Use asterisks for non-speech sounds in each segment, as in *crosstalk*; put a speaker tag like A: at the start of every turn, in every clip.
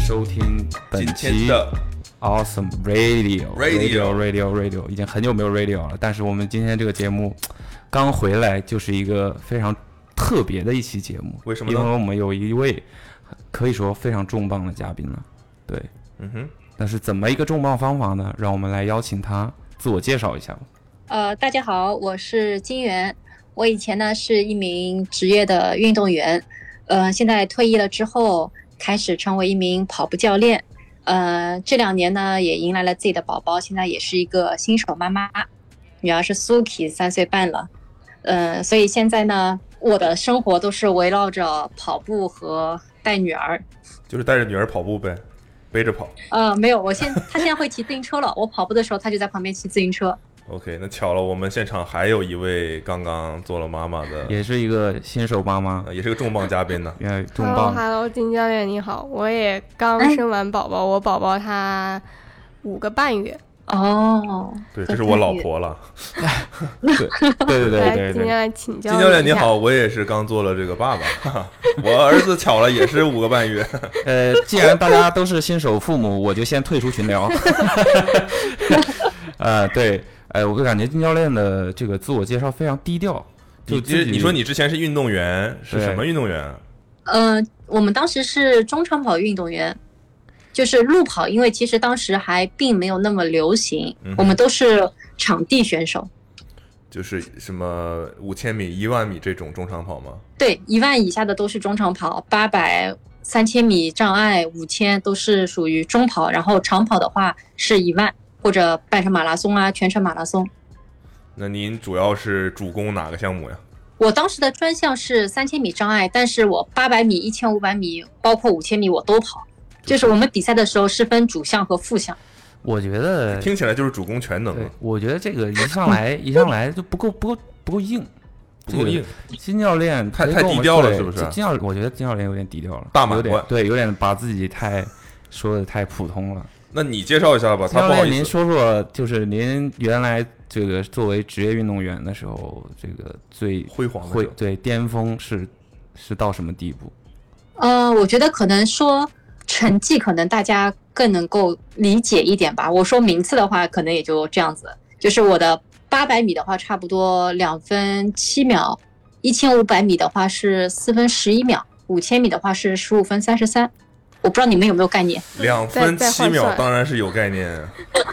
A: 收听
B: 本
A: 今天
B: 期
A: 的
B: Awesome Radio
A: Radio
B: Radio Radio，已经很久没有 Radio 了，但是我们今天这个节目刚回来，就是一个非常特别的一期节目。
A: 为什么呢
B: 因为我们有一位可以说非常重磅的嘉宾了。对，
A: 嗯哼，
B: 但是怎么一个重磅方法呢？让我们来邀请他自我介绍一下吧。
C: 呃，大家好，我是金源。我以前呢是一名职业的运动员，呃，现在退役了之后，开始成为一名跑步教练。呃，这两年呢也迎来了自己的宝宝，现在也是一个新手妈妈，女儿是 Suki，三岁半了。呃，所以现在呢，我的生活都是围绕着跑步和带女儿。
A: 就是带着女儿跑步呗，背着跑。
C: 呃，没有，我现她现在会骑自行车了，我跑步的时候她就在旁边骑自行车。
A: OK，那巧了，我们现场还有一位刚刚做了妈妈的，
B: 也是一个新手妈妈
A: 呃，也是个重磅嘉宾呢。
B: 原来重
D: Hello
B: 磅
D: Hello，金教练你好，我也刚
C: 哎
D: 生完宝宝，我宝宝他五个半月。
C: 哦，
A: 对，这是我老婆了。
B: 对对
D: 来，
B: 对对
D: 金教
B: 对，
D: 练请教
A: 金教练
D: 我一
A: 你
D: 下，
A: 好，我也是刚做了这个爸爸， *laughs* 哈哈我儿子巧了也是五个半月。
B: 呃，既然大家都是新手父母，我就先退出群聊。 *laughs* 呃，对，哎，我就感觉金教练的这个自我介绍非常低调，就
A: 你
B: 自
A: 之
B: 己
A: 你说你之前是运动员，是
B: 对
A: 什么运动员？啊
C: 呃，我们当时是中长跑运动员，就是路跑，因为其实当时还并没有那么流行，
A: 嗯哼
C: 我们都是场地选手。
A: 就是什么五千米、一万米这种中长跑吗？
C: 对，一万以下的都是中长跑，八百、三千米障碍、五千都是属于中跑，然后长跑的话是一万或者半程马拉松啊、全程马拉松。
A: 那您主要是主攻哪个项目呀？
C: 我当时的专项是三千米障碍，但是我八百米、一千五百米，包括五千米我都跑。就是我们比赛的时候是分主项和副项。
B: 我觉得，
A: 听起来就是主攻全能
B: 对
A: 啊，，
B: 我觉得这个一上来一上来就不够不够不够硬，
A: 不够硬。
B: 金教练
A: 太
B: 可以
A: 太
B: 跟我
A: 低
B: 们
A: 调了
B: 对
A: 是不是
B: 金金教，我觉得金教练有点低调了，
A: 大满
B: 有点
A: 贯
B: 对，有点把自己太说的太普通了。
A: 那你介绍一下吧，
B: 金
A: 他
B: 教
A: 不好
B: 练，
A: 意
B: 您
A: 思。
B: 说说，就是您原来这个作为职业运动员的时候，这个最
A: 辉煌的时
B: 会
A: 候
B: 对巅峰是是到什么地步？
C: 呃，我觉得可能说成绩，可能大家更能够理解一点吧。我说名次的话，可能也就这样子。就是我的八百米的话，差不多两分七秒；一千五百米的话是四分十一秒；五千米的话是十五分三十三。我不知道你们有没有概念？
A: 两分
D: 再再
A: 七
D: 换
A: 秒
D: 算
A: 当然是有概念，
B: *laughs*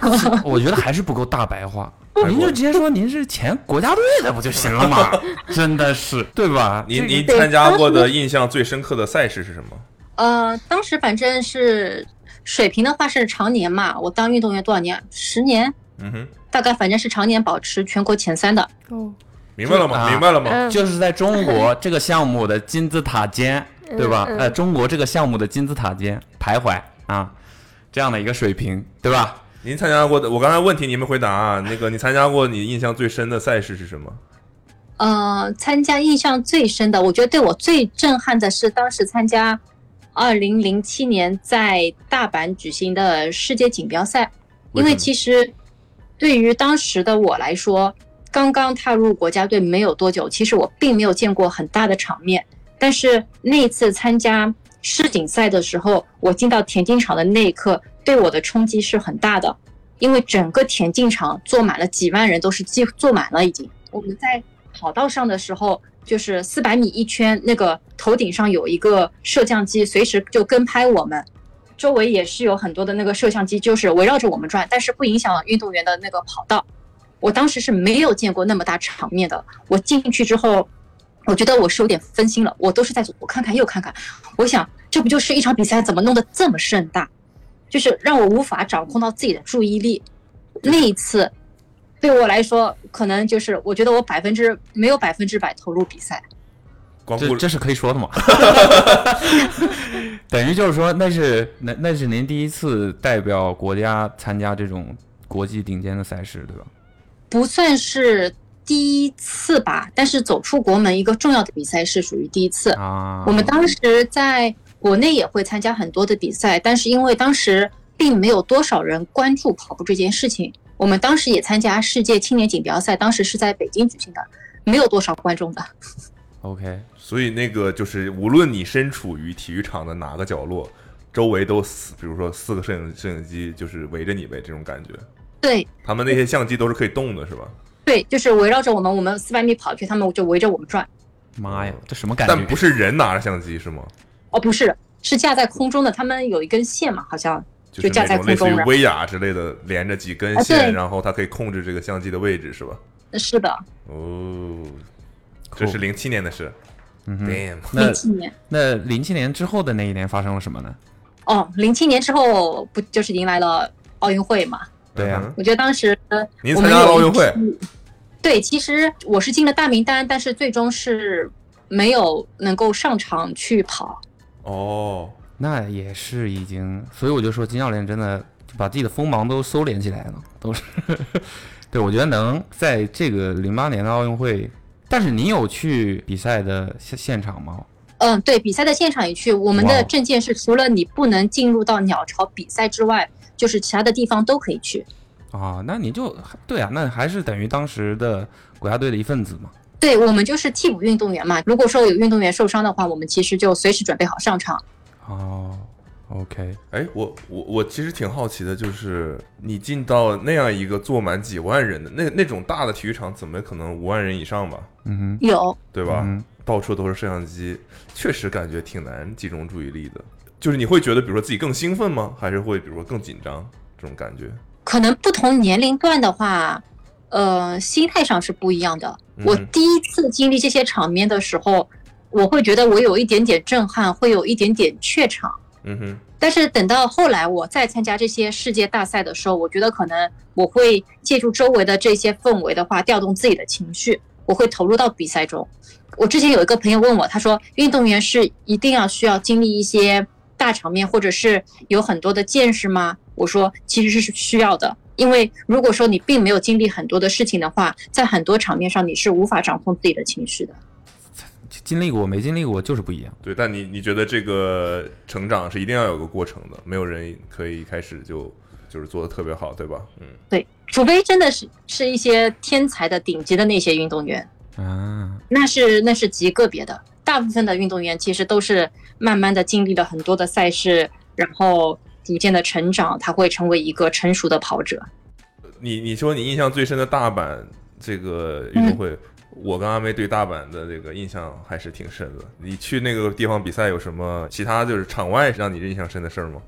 B: 我觉得还是不够大白 *laughs* 话
A: 还，
B: 您
A: 不
B: 就直接说您是前国家队的不就行了 *laughs* 嘛？真的是，对吧？
A: 您
B: 这个
A: 您
C: 对
A: 参加
C: 当
A: 过
C: 时
D: *laughs*
A: 的印象最深刻的赛事是什么？
C: 呃，当时反正是水平的话是常年嘛，我当运动员多少年？十年，
A: 嗯哼，
C: 大概反正是常年保持全国前三的。
D: 哦，
A: 明白了吗？
B: 啊
A: 明白了吗？
D: 嗯，
B: 就是在中国这个项目的金字塔尖，对吧？
D: 嗯嗯
B: 呃，中国这个项目的金字塔尖徘徊啊，这样的一个水平，对吧？
A: 您参加过的，我刚才问题您没回答、啊，那个你参加过你印象最深的赛事是什么？
C: 呃，参加印象最深的，我觉得对我最震撼的是当时参加二零零七年在大阪举行的世界锦标赛，
A: 为
C: 因
A: 什么
C: 为其实对于当时的我来说，刚刚踏入国家队没有多久，其实我并没有见过很大的场面，但是那一次参加世锦赛的时候，我进到田径场的那一刻，对我的冲击是很大的。因为整个田径场坐满了几万人，都是几乎坐满了已经。我们在跑道上的时候，就是四百米一圈，那个头顶上有一个摄像机，随时就跟拍我们。周围也是有很多的那个摄像机，就是围绕着我们转，但是不影响运动员的那个跑道。我当时是没有见过那么大场面的。我进去之后，我觉得我是有点分心了，我都是在左看看右看看，我想这不就是一场比赛，怎么弄得这么盛大？就是让我无法掌控到自己的注意力。那一次，对我来说，可能就是我觉得我百分之没有百分之百投入比赛。
A: 光
B: 这
A: 顾
B: 这是可以说的
E: *laughs*
B: 吗？等于就是说，那是那那是您第一次代表国家参加这种国际顶尖的赛事，对吧？
C: 不算是第一次吧，但是走出国门一个重要的比赛是属于第一次。
B: 啊，
C: 呃我们当时在国内也会参加很多的比赛，但是因为当时并没有多少人关注跑步这件事情，我们当时也参加世界青年锦标赛，当时是在北京举行的，没有多少观众的。
B: OK，
A: 所以那个就是，无论你身处于体育场的哪个角落，周围都四，比如说四个摄影摄影机就是围着你呗，这种感觉。
C: 对
A: 他们那些相机都是可以动的，是吧？
C: 对，就是围绕着我们，我们四百米跑去，他们就围着我们转。
E: 妈呀，这什么感觉？
A: 但不是人拿着相机是吗？
C: 哦，不是，是架在空中的，他们有一根线嘛，好像
A: 就是
C: 架
A: 那
C: 在
A: 种类
C: 空
A: 似于
C: 中的。
A: 威亚之类的，连着几根
C: 啊对
A: 线，然后它可以控制这个相机的位置，是吧？
C: 呃是的，
A: 哦，这是零七年的事。Damn，
B: 嗯
C: 嗯
A: 嗯
E: 那
C: 零七年。
E: 那零七年之后的那一年发生了什么呢？
C: 哦，零七年之后不就是迎来了奥运会嘛？
E: 对呀、
A: 嗯
C: 我觉得当时
A: 您
C: 我
A: 参
C: 们
A: 加了
C: 有
A: 奥
C: 一
A: 运会，
C: 对，其实我是进了大名单，但是最终是没有能够上场去跑。
A: 哦，
E: 那也是已经，所以我就说金教练真的把自己的锋芒都收敛起来了，都
B: *laughs*
E: 是。对，我觉得能在这个零八年的奥运会，但是你有去比赛的现现场吗？
C: 嗯，对，比赛的现场也去。我们
E: 哇
C: 的
E: 哦
C: 证件是除了你不能进入到鸟巢比赛之外，就是其他的地方都可以去。
E: 啊，那你就对啊，那还是等于当时的国家队的一份子嘛。
C: 对我们就是替补运动员嘛。如果说有运动员受伤的话，我们其实就随时准备好上场。
E: 哦，OK，
A: 哎，我我我其实挺好奇的，就是你进到那样一个坐满几万人的那那种大的体育场，怎么可能五万人以上吧？
E: 嗯
C: 有，
A: 对
E: 哼，
A: 吧？
E: 嗯，
A: 到处都是摄像机，确实感觉挺难集中注意力的。就是你会觉得，比如说自己更兴奋吗？还是会比如说更紧张这种感觉？
C: 可能不同年龄段的话，呃，心态上是不一样的。
A: 嗯
C: 我第一次经历这些场面的时候，我会觉得我有一点点震撼，会有一点点怯场。
A: 嗯哼，
C: 但是等到后来我再参加这些世界大赛的时候，我觉得可能我会借助周围的这些氛围的话，调动自己的情绪，我会投入到比赛中。我之前有一个朋友问我，他说运动员是一定要需要经历一些大场面，或者是有很多的见识吗？我说其实是需要的，因为如果说你并没有经历很多的事情的话，在很多场面上你是无法掌控自己的情绪的。
E: 经历过没经历过就是不一样。
A: 对。但你你觉得这个成长是一定要有个过程的，没有人可以一开始就就是做的特别好，对吧？嗯，
C: 对，除非真的是是一些天才的顶级的那些运动员。
E: 啊，
C: 那是那是极个别的，大部分的运动员其实都是慢慢的经历了很多的赛事，然后逐渐的成长，他会成为一个成熟的跑者。
A: 你你说你印象最深的大阪这个运动会，
C: 嗯
A: 我跟阿妹对大阪的这个印象还是挺深的。你去那个地方比赛有什么其他就是场外让你印象深的事儿吗？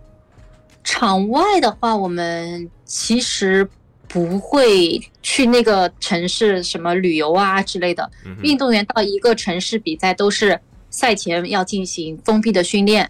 C: 场外的话，我们其实不会去那个城市什么旅游啊之类的。
A: 嗯哼
C: 运动员到一个城市比赛都是赛前要进行封闭的训练，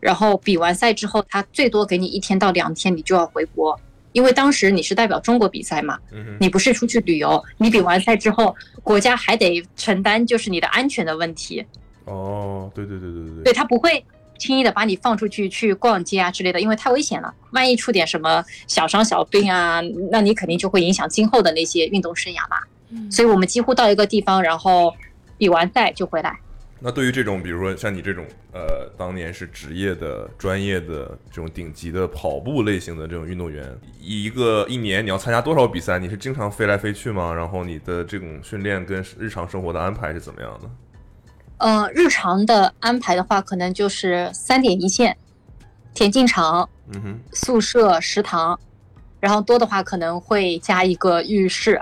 C: 然后比完赛之后，他最多给你一天到两天，你就要回国，因为当时你是代表中国比赛嘛。
A: 嗯哼，
C: 你不是出去旅游，你比完赛之后，国家还得承担就是你的安全的问题，
A: 哦，对对对对对
C: 对他不会轻易的把你放出去去逛街啊之类的，因为太危险了，万一出点什么小伤小病啊，那你肯定就会影响今后的那些运动生涯嘛。
D: 嗯
C: 所以我们几乎到一个地方，然后比完赛就回来。
A: 那对于这种，比如说像你这种，呃，当年是职业的、专业的这种顶级的跑步类型的这种运动员，一个一年你要参加多少比赛？你是经常飞来飞去吗？然后你的这种训练跟日常生活的安排是怎么样的？
C: 呃，日常的安排的话，可能就是三点一线，田径场、
A: 嗯哼，
C: 宿舍、食堂，然后多的话可能会加一个浴室。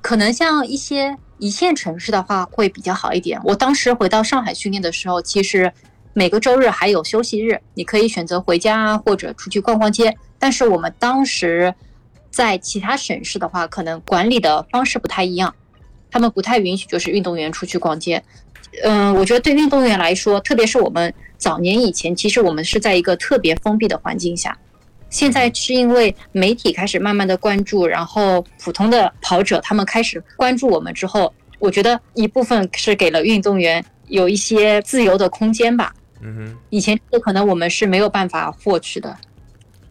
C: 可能像一些一线城市的话会比较好一点。我当时回到上海训练的时候，其实每个周日还有休息日，你可以选择回家啊，或者出去逛逛街。但是我们当时在其他省市的话，可能管理的方式不太一样，他们不太允许就是运动员出去逛街。嗯，我觉得对运动员来说，特别是我们早年以前，其实我们是在一个特别封闭的环境下。现在是因为媒体开始慢慢的关注，然后普通的跑者他们开始关注我们之后，我觉得一部分是给了运动员有一些自由的空间吧。
A: 嗯哼。
C: 以前这可能我们是没有办法获取的。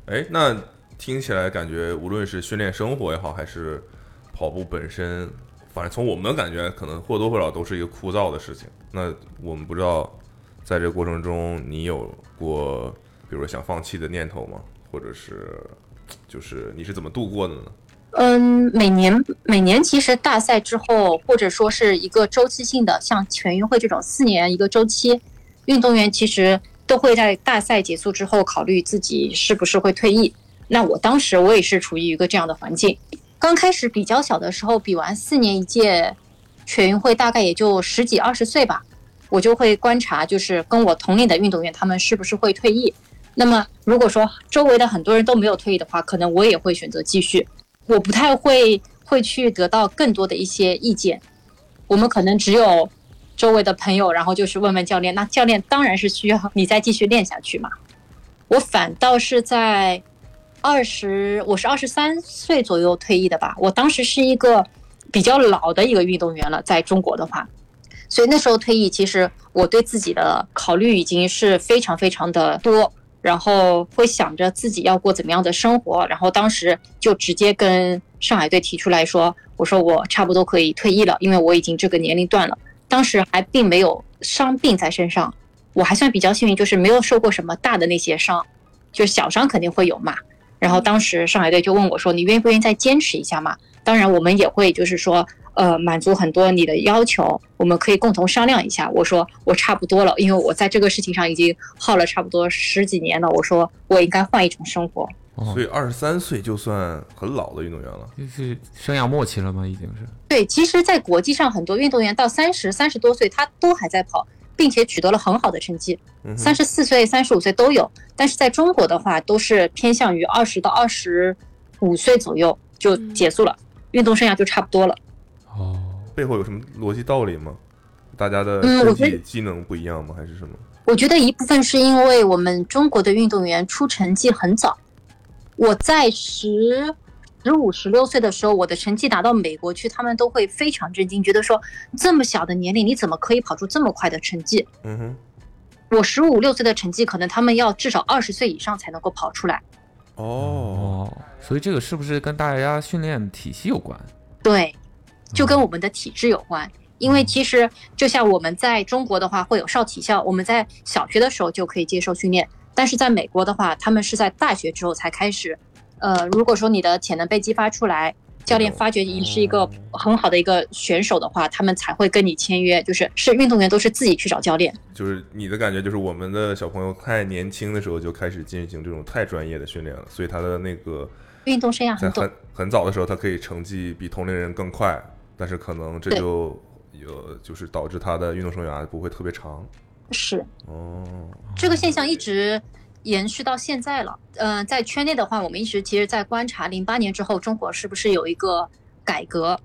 A: 哎，那听起来感觉，无论是训练生活也好，还是跑步本身，反正从我们的感觉，可能或多或少都是一个枯燥的事情。那我们不知道，在这个过程中，你有过，比如说想放弃的念头吗？或者是，就是你是怎么度过的呢？
C: 嗯，每年每年其实大赛之后，或者说是一个周期性的，像全运会这种四年一个周期，运动员其实都会在大赛结束之后考虑自己是不是会退役。那我当时我也是处于一个这样的环境，刚开始比较小的时候，比完四年一届全运会，大概也就十几二十岁吧，我就会观察，就是跟我同龄的运动员他们是不是会退役。那么如果说周围的很多人都没有退役的话，可能我也会选择继续。我不太会会去得到更多的一些意见，我们可能只有周围的朋友，然后就是问问教练。那教练当然是需要你再继续练下去嘛。我反倒是在二十，我是二十三岁左右退役的吧。我当时是一个比较老的一个运动员了，在中国的话，所以那时候退役，其实我对自己的考虑已经是非常非常的多。然后会想着自己要过怎么样的生活，然后当时就直接跟上海队提出来说：“我说我差不多可以退役了，因为我已经这个年龄段了。”当时还并没有伤病在身上，我还算比较幸运，就是没有受过什么大的那些伤，就小伤肯定会有嘛。然后当时上海队就问我说：“你愿不愿意再坚持一下嘛？”当然，我们也会就是说，呃，满足很多你的要求，我们可以共同商量一下。我说我差不多了，因为我在这个事情上已经耗了差不多十几年了。我说我应该换一种生活。
B: 哦
A: 所以二十三岁就算很老的运动员了。
B: 就是生涯末期了吗？已经是。
C: 对，其实，在国际上，很多运动员到三十三十多岁，他都还在跑，并且取得了很好的成绩。
A: 嗯哼
C: 三十四岁、三十五岁都有，但是在中国的话，都是偏向于二十到二十五岁左右就结束了，运动生涯就差不多了。
B: 哦，
A: 背后有什么逻辑道理吗？大家的
C: 嗯
A: 身
C: 我觉
A: 体
C: 得
A: 机能不一样吗？还是什么？
C: 我觉得一部分是因为我们中国的运动员出成绩很早，我在十。十五、十六岁的时候，我的成绩拿到美国去，他们都会非常震惊，觉得说这么小的年龄，你怎么可以跑出这么快的成绩？
A: 嗯哼，
C: 我十五六岁的成绩，可能他们要至少二十岁以上才能够跑出来。
A: 哦，
B: 哦，所以这个是不是跟大家训练体系有关？
C: 对，就跟我们的体质有关。因为其实就像我们在中国的话，会有少体校，我们在小学的时候就可以接受训练，但是在美国的话，他们是在大学之后才开始。呃，如果说你的潜能被激发出来，教练发觉你是一个很好的一个选手的话，他们才会跟你签约。就是是运动员都是自己去找教练。
A: 就是你的感觉，就是我们的小朋友太年轻的时候就开始进行这种太专业的训练了，所以他的那个
C: 运动生涯
A: 在
C: 很短
A: 很，很早的时候，他可以成绩比同龄人更快，但是可能这
C: 对
A: 就有就是导致他的运动生涯不会特别长。
C: 是
A: 哦，
C: 这个现象一直延续到现在了。嗯、在圈内的话，我们一直其实在观察零八年之后，中国是不是有一个改革，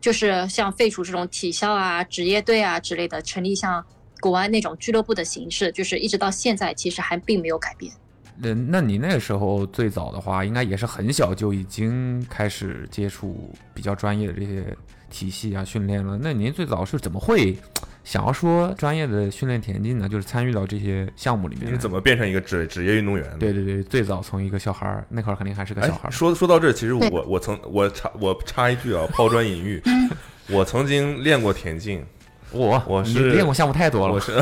C: 就是像废除这种体校啊、职业队啊之类的，成立像国外那种俱乐部的形式，就是一直到现在其实还并没有改变。
B: 那嗯那你那时候最早的话，应该也是很小就已经开始接触比较专业的这些体系啊训练了。那您最早是怎么会想要说专业的训练田径呢？就是参与到这些项目里面
A: 你
B: 来？
A: 是怎么变成一个职职业运动员的？
B: 对对对，最早从一个小孩儿那会儿肯定还是个
A: 哎
B: 小孩儿。
A: 说说到这儿，其实
C: 对
A: 我我曾我插我插一句啊，抛砖引
C: *laughs*
A: 玉，我曾经练过田径，
B: 我
A: 我
B: 你
A: 是
B: 练过项目太多了，
A: 我 *laughs* 是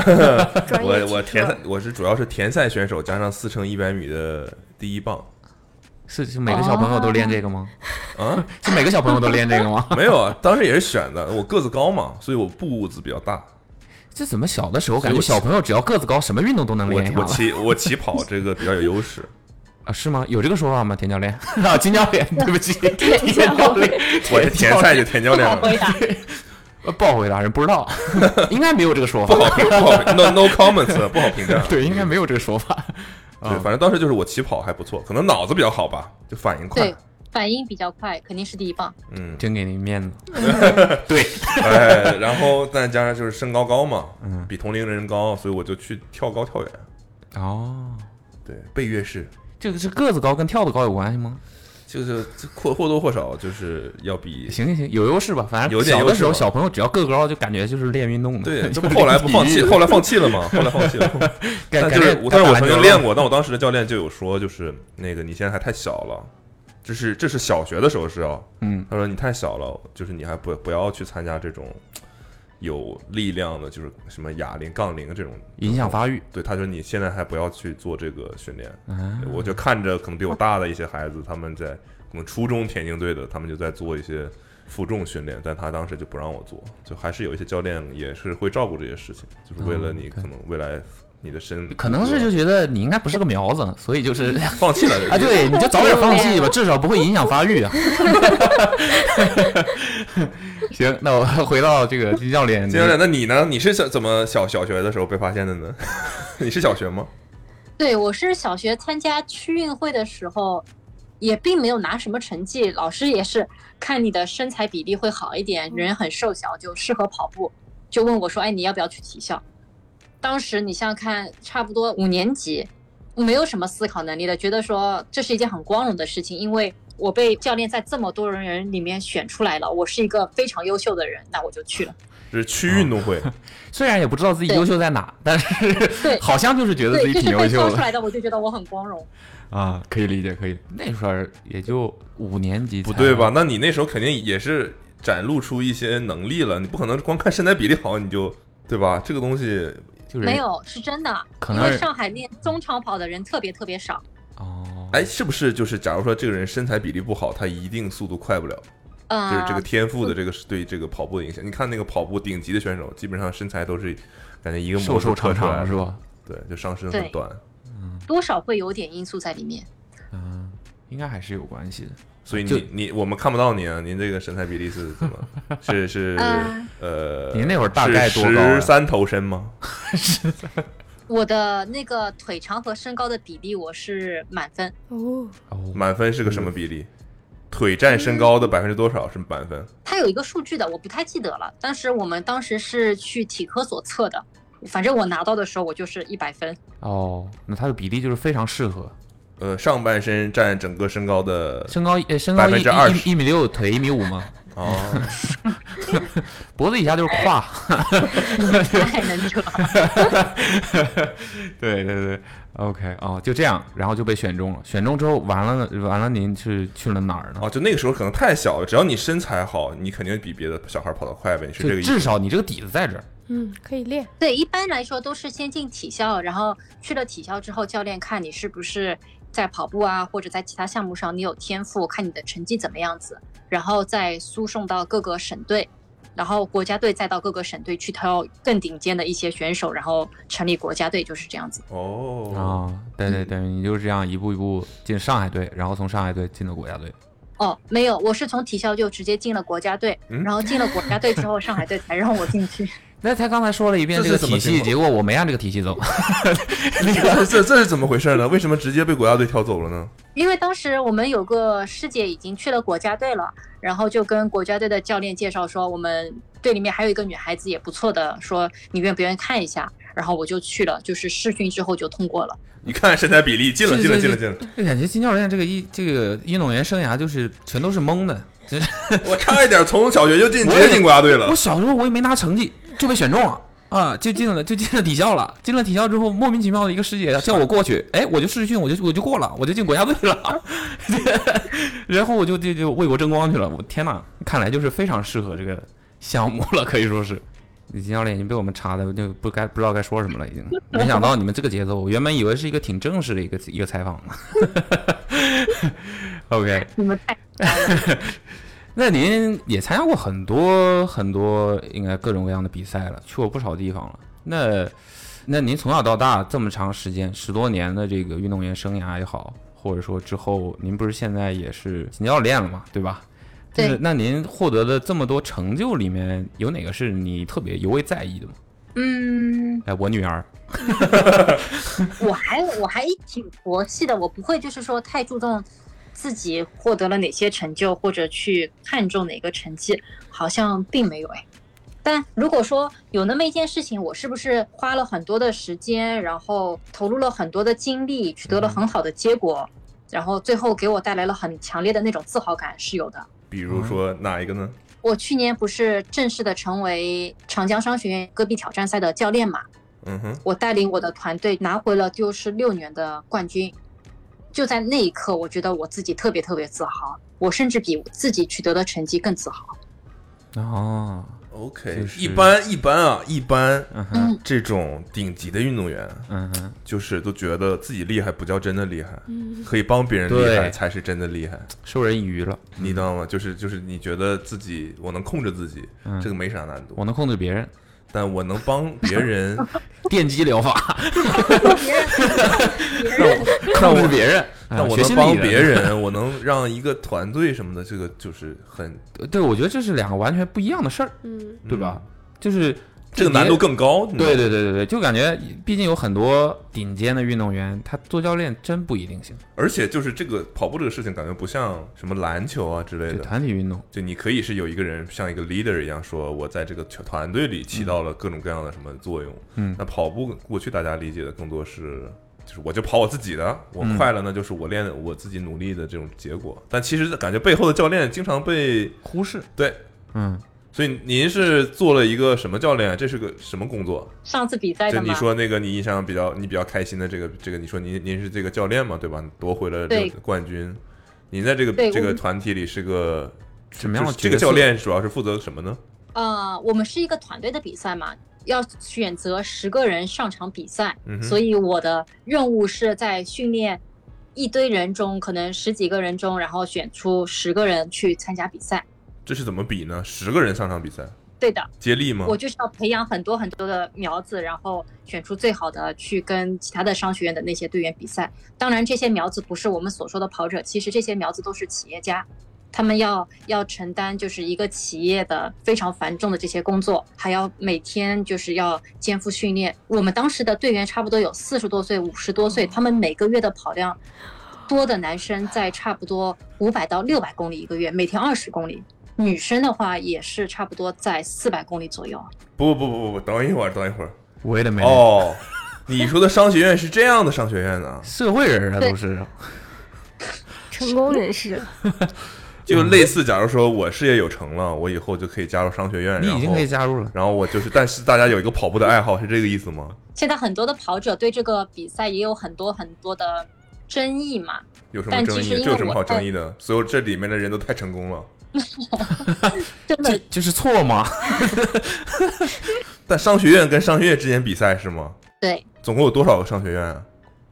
D: 专业
A: 我我
D: 体测
A: 田赛我是主要是田赛选手，加上四乘一百米的第一棒
B: 是是每个小朋友都练这个吗？
A: 啊，
B: *laughs* 是每个小朋友都练这个吗？ *laughs*
A: 没有啊，当时也是选的，我个子高嘛，所以我步子比较大，
B: 这怎么小的时候感觉
A: 所以我
B: 小朋友只要个子高，什么运动都能
A: 我
B: 练啊上了
A: 我起我起跑这个比较有优 *laughs* 势，
B: 啊？是吗？有这个说法吗？田教练 *laughs* 啊，金教练， *laughs* 对不起，田教练，
A: 我是田赛就田教练
C: 不
A: 了，
C: 好回答。
B: *laughs* 呃不好回答，人不知道， *laughs* 应该没有这个说
A: 不
B: 法，
A: 好评不好 no no comments 不好评价，
B: *laughs* 对，应该没有这个说法。
A: 对，反正当时就是我起跑还不错，可能脑子比较好吧，就反应快
C: 对，，反应比较快，肯定是第一棒。
A: 嗯。
B: 真给您面子， *laughs* 对，
A: 哎，然后再加上就是身高高嘛，比同龄人高，所以我就去跳高跳远，
B: 哦，
A: 对，背跃式，
B: 这个是个子高跟跳得高有关系吗？
A: 就是或或多或少就是
B: *laughs*
A: 要比。
B: 行行行，有优势吧，反
A: 有
B: 正
A: 点
B: 小
A: 优
B: 的
A: 势
B: 时候
A: 吧
B: 小朋友只要个高就感觉就是练运动的，
A: 对，这不后来不放弃，后来放弃了嘛，后来放
B: *laughs*
A: 弃了。
B: 改
A: 但
B: 改
A: 就是
B: 练，
A: 我，但是我
B: 改打篮
A: 曾
B: 球
A: 经
B: 了
A: 练过，但我当时的教练就有说，就是那个你现在还太小了，这是这是小学的时候是要，
B: 嗯，
A: 他说你太小了，就是你还不不要去参加这种有力量的，就是什么哑铃、杠铃这种
B: 影响发育，
A: 对，他说你现在还不要去做这个训练，
B: 啊
A: 我就看着可能比我大的一些孩子，他们在可能初中田径队的，他们就在做一些负重训练，但他当时就不让我做，就还是有一些教练也是会照顾这些事情，就是为了
B: 嗯
A: 你
B: 对
A: 可能未来你的身，
B: 可能是就觉得你应该不是个苗子，所以就是 *laughs*
A: 放弃了这个
B: 啊，
C: *laughs*
B: 对，你就早点放弃吧，
C: 啊
B: 至少不会影响发育啊。 *laughs* 行，那我回到这个金教练，
A: 金教练，那你呢？你是怎怎么小小学的时候被发现的呢？ *laughs* 你是小学吗？
C: 对我是小学参加区运会的时候，也并没有拿什么成绩，老师也是看你的身材比例会好一
B: 嗯
C: 点，人很瘦小就适合跑步，就问我说：“哎，你要不要去体校？”当时你想想看，差不多五年级，没有什么思考能力的，觉得说这是一件很光荣的事情，因为我被教练在这么多人里面选出来了，我是一个非常优秀的人，那我就去了。
A: 是
B: 哦
A: 区运动会，
B: 虽然也不知道自己优秀在哪，但是
C: 对
B: 好像就是觉得自
C: 对，
B: 己挺
C: 就是
B: 优
C: 被
B: 秀
C: 叫出
B: 的
C: 来的，我就觉得我很光荣。
B: 啊，可以理解，可以。那时候也就五年级，
A: 不对吧？？那你那时候肯定也是展露出一些能力了，你不可能光看身材比例好你就对吧？这个东西
B: 就是
C: 没有，是真的，
B: 可
C: 因
B: 能
C: 为
B: 是
C: 上海练中长跑的人特别特别少。
B: 哦，
A: 哎，是不是就是假如说这个人身材比例不好，他一定速度快不了，就
C: 呃，
A: 是这个天赋的这个是对这个跑步的影响。你看那个跑步顶级的选手，基本上身材都是感觉一个
B: 瘦
A: 模子
B: 瘦
A: 刻
B: 长
A: 出
B: 长
A: 来
B: 是
A: 的，
B: 吧？
A: 对，就上身
C: 对
A: 很短，
C: 多少会有点因素在里面。
B: 嗯，应该还是有关系的。
A: 所以
B: 就
A: 你你我们看不到您啊，您这个身材比例是怎么？是是
C: 嗯
A: 呃，
B: 您那会儿大概多高啊
A: 十三头身吗？
C: 我的那个腿长和身高的比例我是满分，
D: 哦，
B: 哦，
A: 满分是个什么比例？腿占身高的百分之多少是满分？
C: 它有一个数据的，我不太记得了。当时我们当时是去体科所测的，反正我拿到的时候我就是一百分。 *laughs*
B: 哦，那它的比例就是非常适合，
A: 呃，上半身占整个身高的
B: 身高呃身高一
A: 20%
B: 一一米六，腿一米五嘛，
A: 哦，
B: 脖子以下就是胯。
C: 太能扯了，
B: 对对对，OK 哦，就这样，然后就被选中了。选中之后，完了呢完了，您是去了哪儿呢？
A: 哦，就那个时候可能太小了，只要你身材好，你肯定比别的小孩跑得快呗，你是这
B: 就
A: 个意思
B: 至？少你这个底子在这儿。
D: 嗯，可以练。
C: 对，一般来说都是先进体校，然后去了体校之后，教练看你是不是在跑步啊，或者在其他项目上你有天赋，看你的成绩怎么样子，然后再输送到各个省队，然后国家队再到各个省队去挑更顶尖的一些选手，然后成立国家队，就是这样子。
A: 哦
B: 啊、对对对，你就是这样一步一步进上海队，然后从上海队进了国家队。
C: 哦，没有，我是从体校就直接进了国家队，
A: 嗯
C: 然后进了国家队之后，上海队才让我进去。
B: 那他刚才说了一遍
A: 这
B: 这
A: 是
B: 个
A: 什么
B: 体
A: 情
B: 系，
A: 况
B: 结果我没按这个体系走。
A: 这 *laughs* 这这是怎么回事呢？为什么直接被国家队挑走了呢？
C: 因为当时我们有个师姐已经去了国家队了，然后就跟国家队的教练介绍说，我们队里面还有一个女孩子也不错的，说你愿不愿意看一下？然后我就去了，就是试训之后就通过了。
A: 一看身材比例，进了
B: 是
A: 进了
B: 是
A: 进了
B: 是
A: 进了，
B: 就感觉金教练这个一这个运动员生涯就是全都是蒙的。真是
A: 我差一点从小学就进直
B: 我也
A: 接进国家队了
B: 我。小时候我也没拿成绩就被选中了。啊，就进了，就进了体校了。进了体校之后，莫名其妙的一个师姐叫我过去，哎，我就试训，我就我就过了，我就进国家队了。 *laughs* 然后我就就就为国争光去了。我天哪，看来就是非常适合这个项目了，可以说是。李金教练已经被我们查的就不该不知道该说什么了，已经。没想到你们这个节奏，我原本以为是一个挺正式的一个一个采访呢。OK，
C: 你们太
B: *laughs* 那您也参加过很多很多，应该各种各样的比赛了，去过不少地方了。那，那您从小到大这么长时间，十多年的这个运动员生涯也好，或者说之后，您不是现在也是总教练了嘛，对吧？
C: 对
B: 就是那您获得的这么多成就里面，有哪个是你特别尤为在意的吗？
C: 嗯，
B: 哎，我女儿
C: 我还我还挺佛系的，我不会就是说太注重自己获得了哪些成就，或者去看重哪个成绩，好像并没有哎。但如果说有那么一件事情，我是不是花了很多的时间，然后投入了很多的精力，取得了很好的结果，然后最后给我带来了很强烈的那种自豪感是有的。
A: 比如
B: 嗯
A: 说哪一个呢？
C: 我去年不是正式的成为长江商学院戈壁挑战赛的教练嘛，
A: 嗯哼，
C: 我带领我的团队拿回了就是六年的冠军。就在那一刻，我觉得我自己特别特别自豪，我甚至比我自己取得的成绩更自豪。
B: 哦，
A: OK，
B: 就是
A: 一般一般啊，一般
B: 嗯哼，
C: 嗯，
A: 这种顶级的运动员，
B: 嗯哼，
A: 就是都觉得自己厉害不叫真的厉害，
D: 嗯，
A: 可以帮别人厉害
B: 对嗯
A: 才是真的厉害，
B: 授人以渔了，
A: 你知道吗？就是就是你觉得自己我能控制自己，
B: 嗯
A: 这个没啥难度
B: 我。能控制别人，
A: 但我能帮别
B: *laughs*
A: 人，
B: 嗯电击疗法，
C: 别人，
B: *laughs*
A: *laughs*
C: 别
A: 但
C: 人
A: 我
B: 控制别人，啊
A: 但我
B: 学
A: 能
B: 心理
A: 帮
B: 的 *laughs*
A: 别人，我能让一个团队什么的，这个就是很
B: 对，我觉得这是两个完全不一样的事儿，
D: 嗯
B: 对吧？？就是
A: 嗯这个难度更高，你知道吗
B: 对对对对对，就感觉毕竟有很多顶尖的运动员，他做教练真不一定行。
A: 而且就是这个跑步这个事情，感觉不像什么篮球啊之类
B: 就
A: 的，
B: 团体运动，
A: 就你可以是有一个人像一个 leader 一样，说我在这个球团队里起到了各种各样的什么作用。
B: 嗯
A: 那跑步过去大家理解的更多是，就是我就跑我自己的，我
B: 嗯
A: 快了那就是我练的我自己努力的这种结果。但其实感觉背后的教练经常被
B: 忽视，
A: 对，
B: 嗯，
A: 所以您是做了一个什么教练啊？这是个什么工作？
C: 上次比赛
A: 就
C: 的
A: 你
C: 嘛，
A: 说那个你印象比较你比较开心的这个这个，你说您您是这个教练嘛，对吧？夺回了这
C: 对
A: 个冠军。您在这个
C: 对
A: 这个
C: 我
A: 团体里是个
B: 什么样的
A: 就是这个
B: 角色
A: 教？练主要是负责什么呢？
C: 呃，我们是一个团队的比赛嘛，要选择十个人上场比赛，
A: 嗯哼
C: 所以我的任务是在训练一堆人中，可能十几个人中，然后选出十个人去参加比赛。
A: 这是怎么比呢？十个人上场比赛，
C: 对的，
A: 接力吗？
C: 我就是要培养很多很多的苗子，然后选出最好的去跟其他的商学院的那些队员比赛。当然，这些苗子不是我们所说的跑者，其实这些苗子都是企业家，他们要呃要承担就是一个企业的非常繁重的这些工作，还要每天就是要肩负训练。我们当时的队员差不多有四十多岁、五十多岁，他们每个月的跑量。多的男生在差不多五百到六百公里一个月，每天二十公里。女生的话也是差不多在四百公里左右。
A: 不不不不不，等一会儿，等一会儿。
B: 我也得没
A: 哦，你说的商学院是这样的商学院呢、
B: 社会人啊，
C: 对
B: 都是
D: 成功人士，
A: 就类似，假如说我事业有成了，我以后就可以加入商学院，
B: 你已
A: 然
B: 经
A: 后
B: 可以加入了。
A: 然后我就是，但是大家有一个跑步的爱好，是这个意思吗？
C: 现在很多的跑者对这个比赛也有很多很多的争议嘛，
A: 有什么
C: 但
A: 争议？
C: 其实因为
A: 这有什么
C: 我
A: 好争议的？所有这里面的人都太成功了。
C: 真
B: 这
C: 的
B: 这是错
A: *laughs*
B: 吗？
A: 但商学院跟商学院之间比赛是吗？
C: 对，
A: 总共有多少个商学院啊？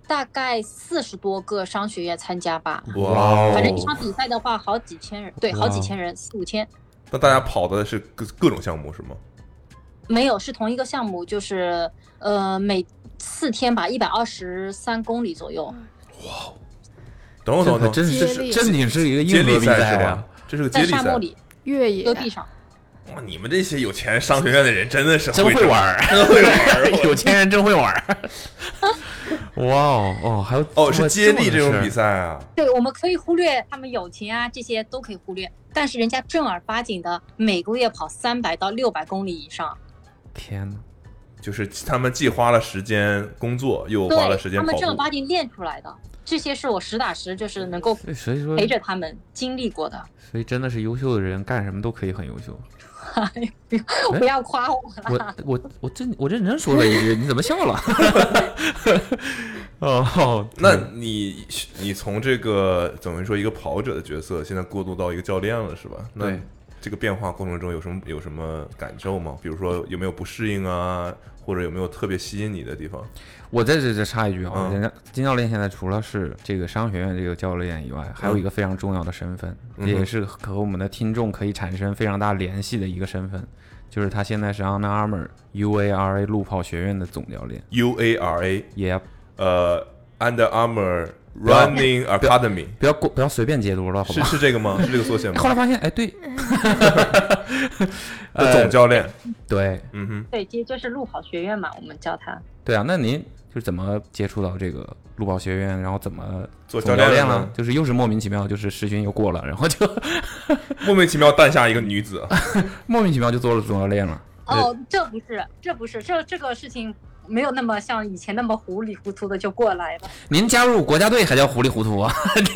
C: 大概四十多个商学院参加吧。
B: 哇哦嗯
C: 反正一场比赛的话，好几千人，对，
B: 哇
C: 好几千人，四五千，
A: 那大家跑的是各各种项目是吗？
C: 没有是同一个项目，就是呃每四天吧，一百二十三公里左右。
A: 等会儿等
B: 这
A: 会
B: 可
A: 儿等
B: 真
A: 会
B: 是
D: 接
B: 这
D: 力
B: 这你是一个
A: 儿，接
B: 硬核
A: 力
B: 比
A: 赛是
B: 啊
A: 吧？？这是个接
C: 在
A: 力
C: 沙
A: 赛
C: 漠。里
D: *laughs* 越野啊
C: 戈壁上，
A: 哇，你们这些有钱商学院的人真的是
B: 真
A: 会
B: 会玩
A: *laughs*
B: 儿，
A: 真会玩儿。
B: *laughs* 有钱人真会玩
A: *laughs*
B: 儿。哇哦哦，还有
A: 哦，是接力这种比
B: 赛，
A: 赛啊？
C: 对，我们可以忽略他们友情啊，这些都可以忽略，但是人家正儿八经的每个月跑三百到六百公里以上，
B: 天哪！
A: 就是他们既花了时间工作，又花了时
C: 对，
A: 间
C: 他
A: 跑
C: 们正儿
A: 步。
C: 八经练出来的，这些是我实打实就是能够
B: 所以所以说，
C: 陪着他们经历过的。
B: 所以真的是优秀的人干什么都可以很优秀。
A: 哎
C: 不要夸我了，
B: 我我我真我认真说了一句，你怎么笑了？ *laughs* 哦，
A: 那你你从这个等于说一个跑者的角色，现在过渡到一个教练了，是吧？那
B: 对
A: 这个变化过程中有什么有什么感受吗？比如说有没有不适应啊，或者有没有特别吸引你的地方？
B: 我在这这插一句啊，
A: 嗯
B: 人家金教练现在除了是这个商学院这个教练以外，还有一个非常重要的身份，
A: 嗯
B: 也是和我们的听众可以产生非常大联系的一个身份，就是他现在是 Under Armour UARA 路跑学院的总教练，
A: U A R A，
B: 也
A: 呃，Under Armour
B: 不要
A: Running Academy，
B: 不要过不要随便解读了，好
A: 是
B: 吧？
A: 是这个 *laughs* 吗？是这个缩写
B: 后
A: 吗？
B: 来发现，哎，
A: *laughs*
B: 对 *laughs* 呃
A: 的总教练，
B: 对
A: 嗯哼，
C: 对，其实就是路跑学院嘛，我们叫它。
B: 对啊，那您就是怎么接触到这个路跑学院，然后怎么
A: 做
B: 总
A: 教
B: 教
A: 练
B: 练了
A: 呢？，
B: 就是又是莫名其妙，就是实训又过了，然后就 *laughs*
A: 莫名其妙诞下一个女 *laughs* 子，
B: 莫名其妙就做了总教练了。
C: 哦，这不是，这不是，这这个事情没有那么像以前那么糊里糊涂的就过来了。
B: 您加入国家队还叫糊里糊涂啊？ *laughs*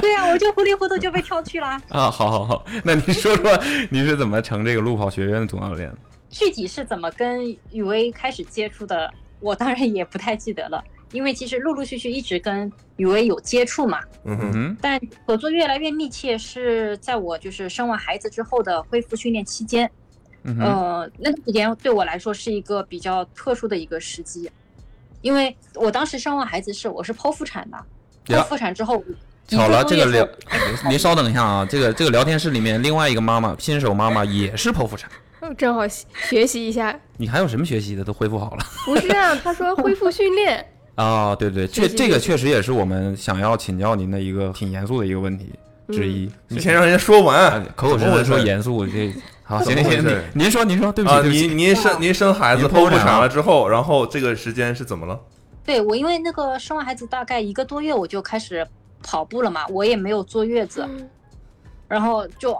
C: 对呀、我就糊里糊涂就被挑去啦。
B: 啊，好好好，那你说说你是怎么成这个路跑学院的总教练？
C: 具体是怎么跟雨薇开始接触的，我当然也不太记得了，因为其实陆陆续续一直跟雨薇有接触嘛。
A: 嗯哼，
B: 嗯，
C: 但合作越来越密切是在我就是生完孩子之后的恢复训练期间，
B: 嗯哼，
C: 呃，那段时间对我来说是一个比较特殊的一个时机，因为我当时生完孩子是我是剖腹产的，
B: 呀
C: 剖腹产之后一
B: 巧了，这个
C: 多月
B: 聊
C: 后，
B: 您稍等一下啊，这个这个聊天室里面另外一个妈妈，新手妈妈也是剖腹产，
D: 正好学学习一下。
B: 你还有什么学习的都恢复好了
D: 不是 *laughs* 啊，他说恢复训练， *laughs*
B: 啊、对对，
D: 学
B: 确
D: 习
B: 这
D: 学
B: 个
D: 习
B: 确实也是我们想要请教您的一个挺严肃的一个问题之一。
A: 你先让人家说
B: 啊
A: 完。
B: 口口声
A: 怎
B: 声
A: 么回事
B: 说严肃，这好行行
A: 怎么
B: 行
A: 回事，
B: 您您说您说，对不起
A: 啊，
B: 对不
A: 您
B: 起，
A: 您生您生孩子
B: 您剖
A: 剖腹
B: 产
A: 产
B: 了
A: 了之后，然后这个时间是怎么了？
C: 对我，因为那个生完孩子大概一个多月，我就开始跑步了嘛，我也没有坐月
D: 嗯
C: 子，然后就，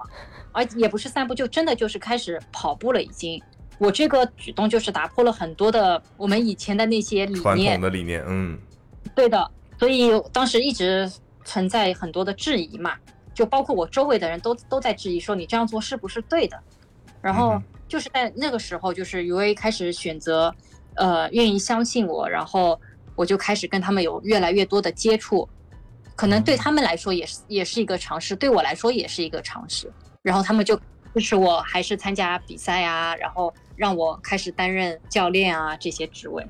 C: 而也不是散步，就真的就是开始跑步了。已经，我这个举动就是打破了很多的我们以前的那些理
A: 传
C: 念
A: 统，的理念，嗯，
C: 对的，所以当时一直存在很多的质疑嘛，就包括我周围的人都都在质疑说你这样做是不是对的。
A: 嗯
C: 然后
A: 哼
C: 就是在那个时候，就是 U A 开始选择，呃，愿意相信我，然后我就开始跟他们有越来越多的接触，可能
A: 嗯
C: 对他们来说也是也是一个尝试，对我来说也是一个尝试。然后他们就支持我，还是参加比赛啊，然后让我开始担任教练啊这些职位。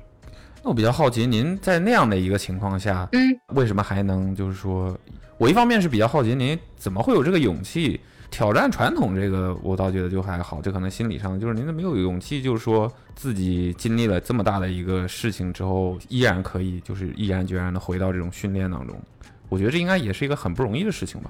B: 那我比较好奇，您在那样的一个情况下，
C: 嗯，
B: 为什么还能就是说，我一方面是比较好奇您怎么会有这个勇气挑战传统这个，我倒觉得就还好，这可能心理上就是您怎么有勇气，就是说自己经历了这么大的一个事情之后，依然可以就是毅然决然的回到这种训练当中，我觉得这应该也是一个很不容易的事情吧。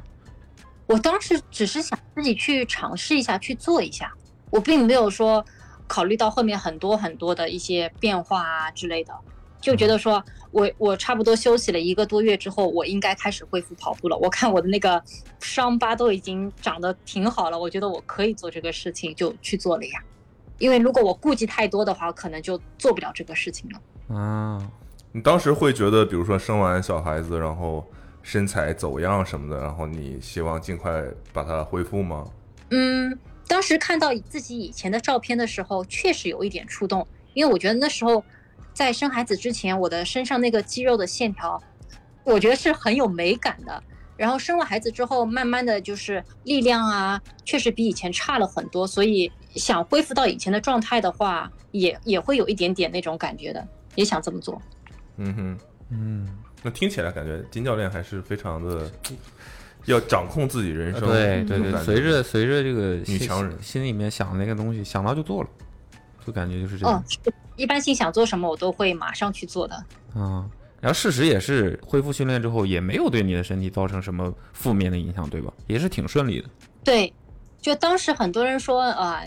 C: 我当时只是想自己去尝试一下，去做一下，我并没有说考虑到后面很多很多的一些变化啊之类的，就觉得说我我差不多休息了一个多月之后，我应该开始恢复跑步了。我看我的那个伤疤都已经长得挺好了，我觉得我可以做这个事情，就去做了呀。因为如果我顾忌太多的话，可能就做不了这个事情了。
B: 啊，
A: 你当时会觉得，比如说生完小孩子，然后身材走样什么的，然后你希望尽快把它恢复吗？
C: 嗯，当时看到自己以前的照片的时候，确实有一点触动，因为我觉得那时候在生孩子之前，我的身上那个肌肉的线条，我觉得是很有美感的。然后生了孩子之后，慢慢的就是力量啊，确实比以前差了很多，所以想恢复到以前的状态的话，也也会有一点点那种感觉的，也想这么做。
A: 嗯哼，
B: 嗯，
A: 那听起来感觉金教练还是非常的要掌控自己人生，
B: 啊呃对
A: 这
B: 对
A: 种
B: 对，
A: 感觉
B: 随着随着这个心
A: 强人
B: 心里面想的那个东西，想到就做了，就感觉就是这样
C: 嗯，是一般性想做什么，我都会马上去做的。
B: 啊、然后事实也是，恢复训练之后也没有对你的身体造成什么负面的影响，对吧？也是挺顺利的。
C: 对，就当时很多人说啊、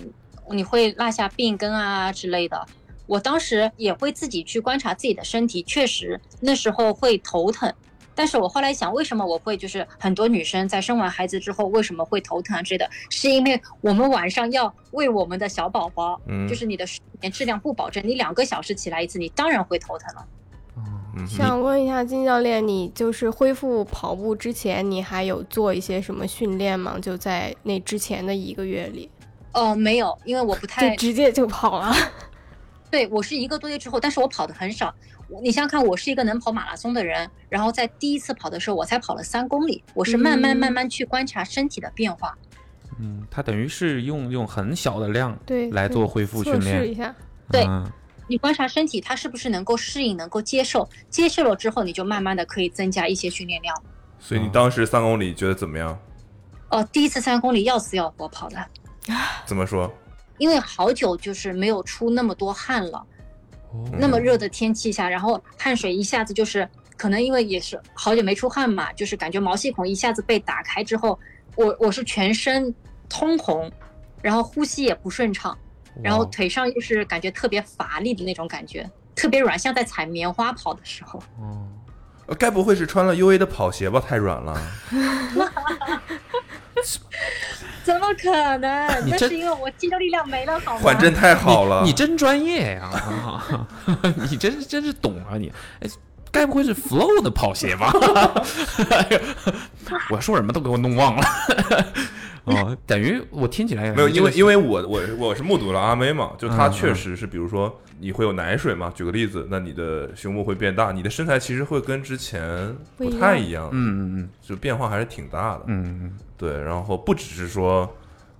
C: 你会落下病根啊之类的。我当时也会自己去观察自己的身体，确实那时候会头疼。但是我后来想，为什么我会就是很多女生在生完孩子之后为什么会头疼啊之类的，是因为我们晚上要喂我们的小宝宝，
A: 嗯
C: 就是你的睡眠质量不保证，你两个小时起来一次，你当然会头疼了。
A: 嗯哼，
D: 想问一下金教练，你就是恢复跑步之前，你还有做一些什么训练吗？就在那之前的一个月里，
C: 哦，没有，因为我不
D: 就
C: 太
D: 直接就跑了。
C: 对我是一个多月之后，但是我跑的很少。我你想想看，我是一个能跑马拉松的人，然后在第一次跑的时候，我才跑了三公里。我是慢慢
D: 嗯
C: 慢慢去观察身体的变化。
B: 嗯，它等于是用用很小的量
D: 对，
B: 来
D: 对
B: 做恢复训
D: 测试
B: 练。
D: 一下。
C: 对
B: 嗯
C: 你观察身体，它是不是能够适应、能够接受？接受了之后，你就慢慢的可以增加一些训练量。
A: 所以你当时三公里觉得怎么样？
C: 哦、第一次三公里要死要活跑的，
A: 怎么说？
C: 因为好久就是没有出那么多汗了。
B: 哦
C: 那么热的天气下，然后汗水一下子就是，可能因为也是好久没出汗嘛，就是感觉毛细孔一下子被打开之后，我我是全身通红，然后呼吸也不顺畅，然后
B: 哇
C: 腿上又是感觉特别乏力的那种感觉，特别软，像在踩棉花跑的时候。
B: 哦，
A: 呃该不会是穿了 U A 的跑鞋吧？太软了。
C: 怎么可能？
B: 你
C: 那
B: 真
C: 是因为我肌肉力量没了，好吗？
A: 缓震太好了，
B: 你真专业呀！ *laughs* 啊你真是真是懂啊你！哎，该不会是 Flow 的跑鞋吧？ *laughs* 哎呦我说什么都给我弄忘了。 *laughs* 哦，等于我听起来 *laughs*
A: 没有，因为
B: 为
A: 因为我我我是目睹了阿妹嘛，就她确实是，比如说你会有奶水嘛，举个例子，那你的胸部会变大，你的身材其实会跟之前不太一样，
B: 嗯嗯
A: 就变化还是挺大的
B: 嗯，嗯
A: 对，然后不只是说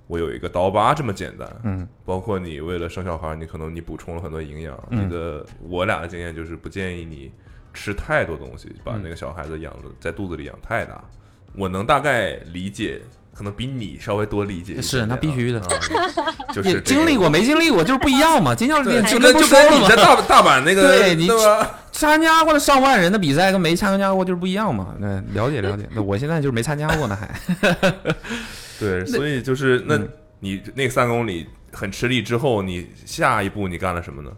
A: 我有一个刀疤这么简单，
B: 嗯
A: 包括你为了生小孩，你可能你补充了很多营养，
B: 嗯
A: 你的我俩的经验就是不建议你吃太
B: 嗯
A: 多东西，把那个小孩子养的在肚子里养太大，我能大概理解可能比你稍微多理解一点
B: 是
A: 点啊
B: 那必须的
A: 啊就是
B: 也
A: 这个
B: 经历过没经历过就是不一
A: *laughs*
B: 样嘛。金教
A: 对，
B: 练
A: 就
B: 经
A: 跟
B: 历不
A: 就
B: 说
A: 跟
B: 了
A: 你在
B: 嘛，
A: 大大阪那个
B: 对你
A: 吧？
B: 参加过了上万人的比赛跟没参加过就是不一样嘛。对，了解了
A: *laughs*
B: 解。那我现在就是没参加过呢，还
A: 对，所以就是那
B: 嗯
A: 你那三公里很吃力之后，你下一步你干了什么呢？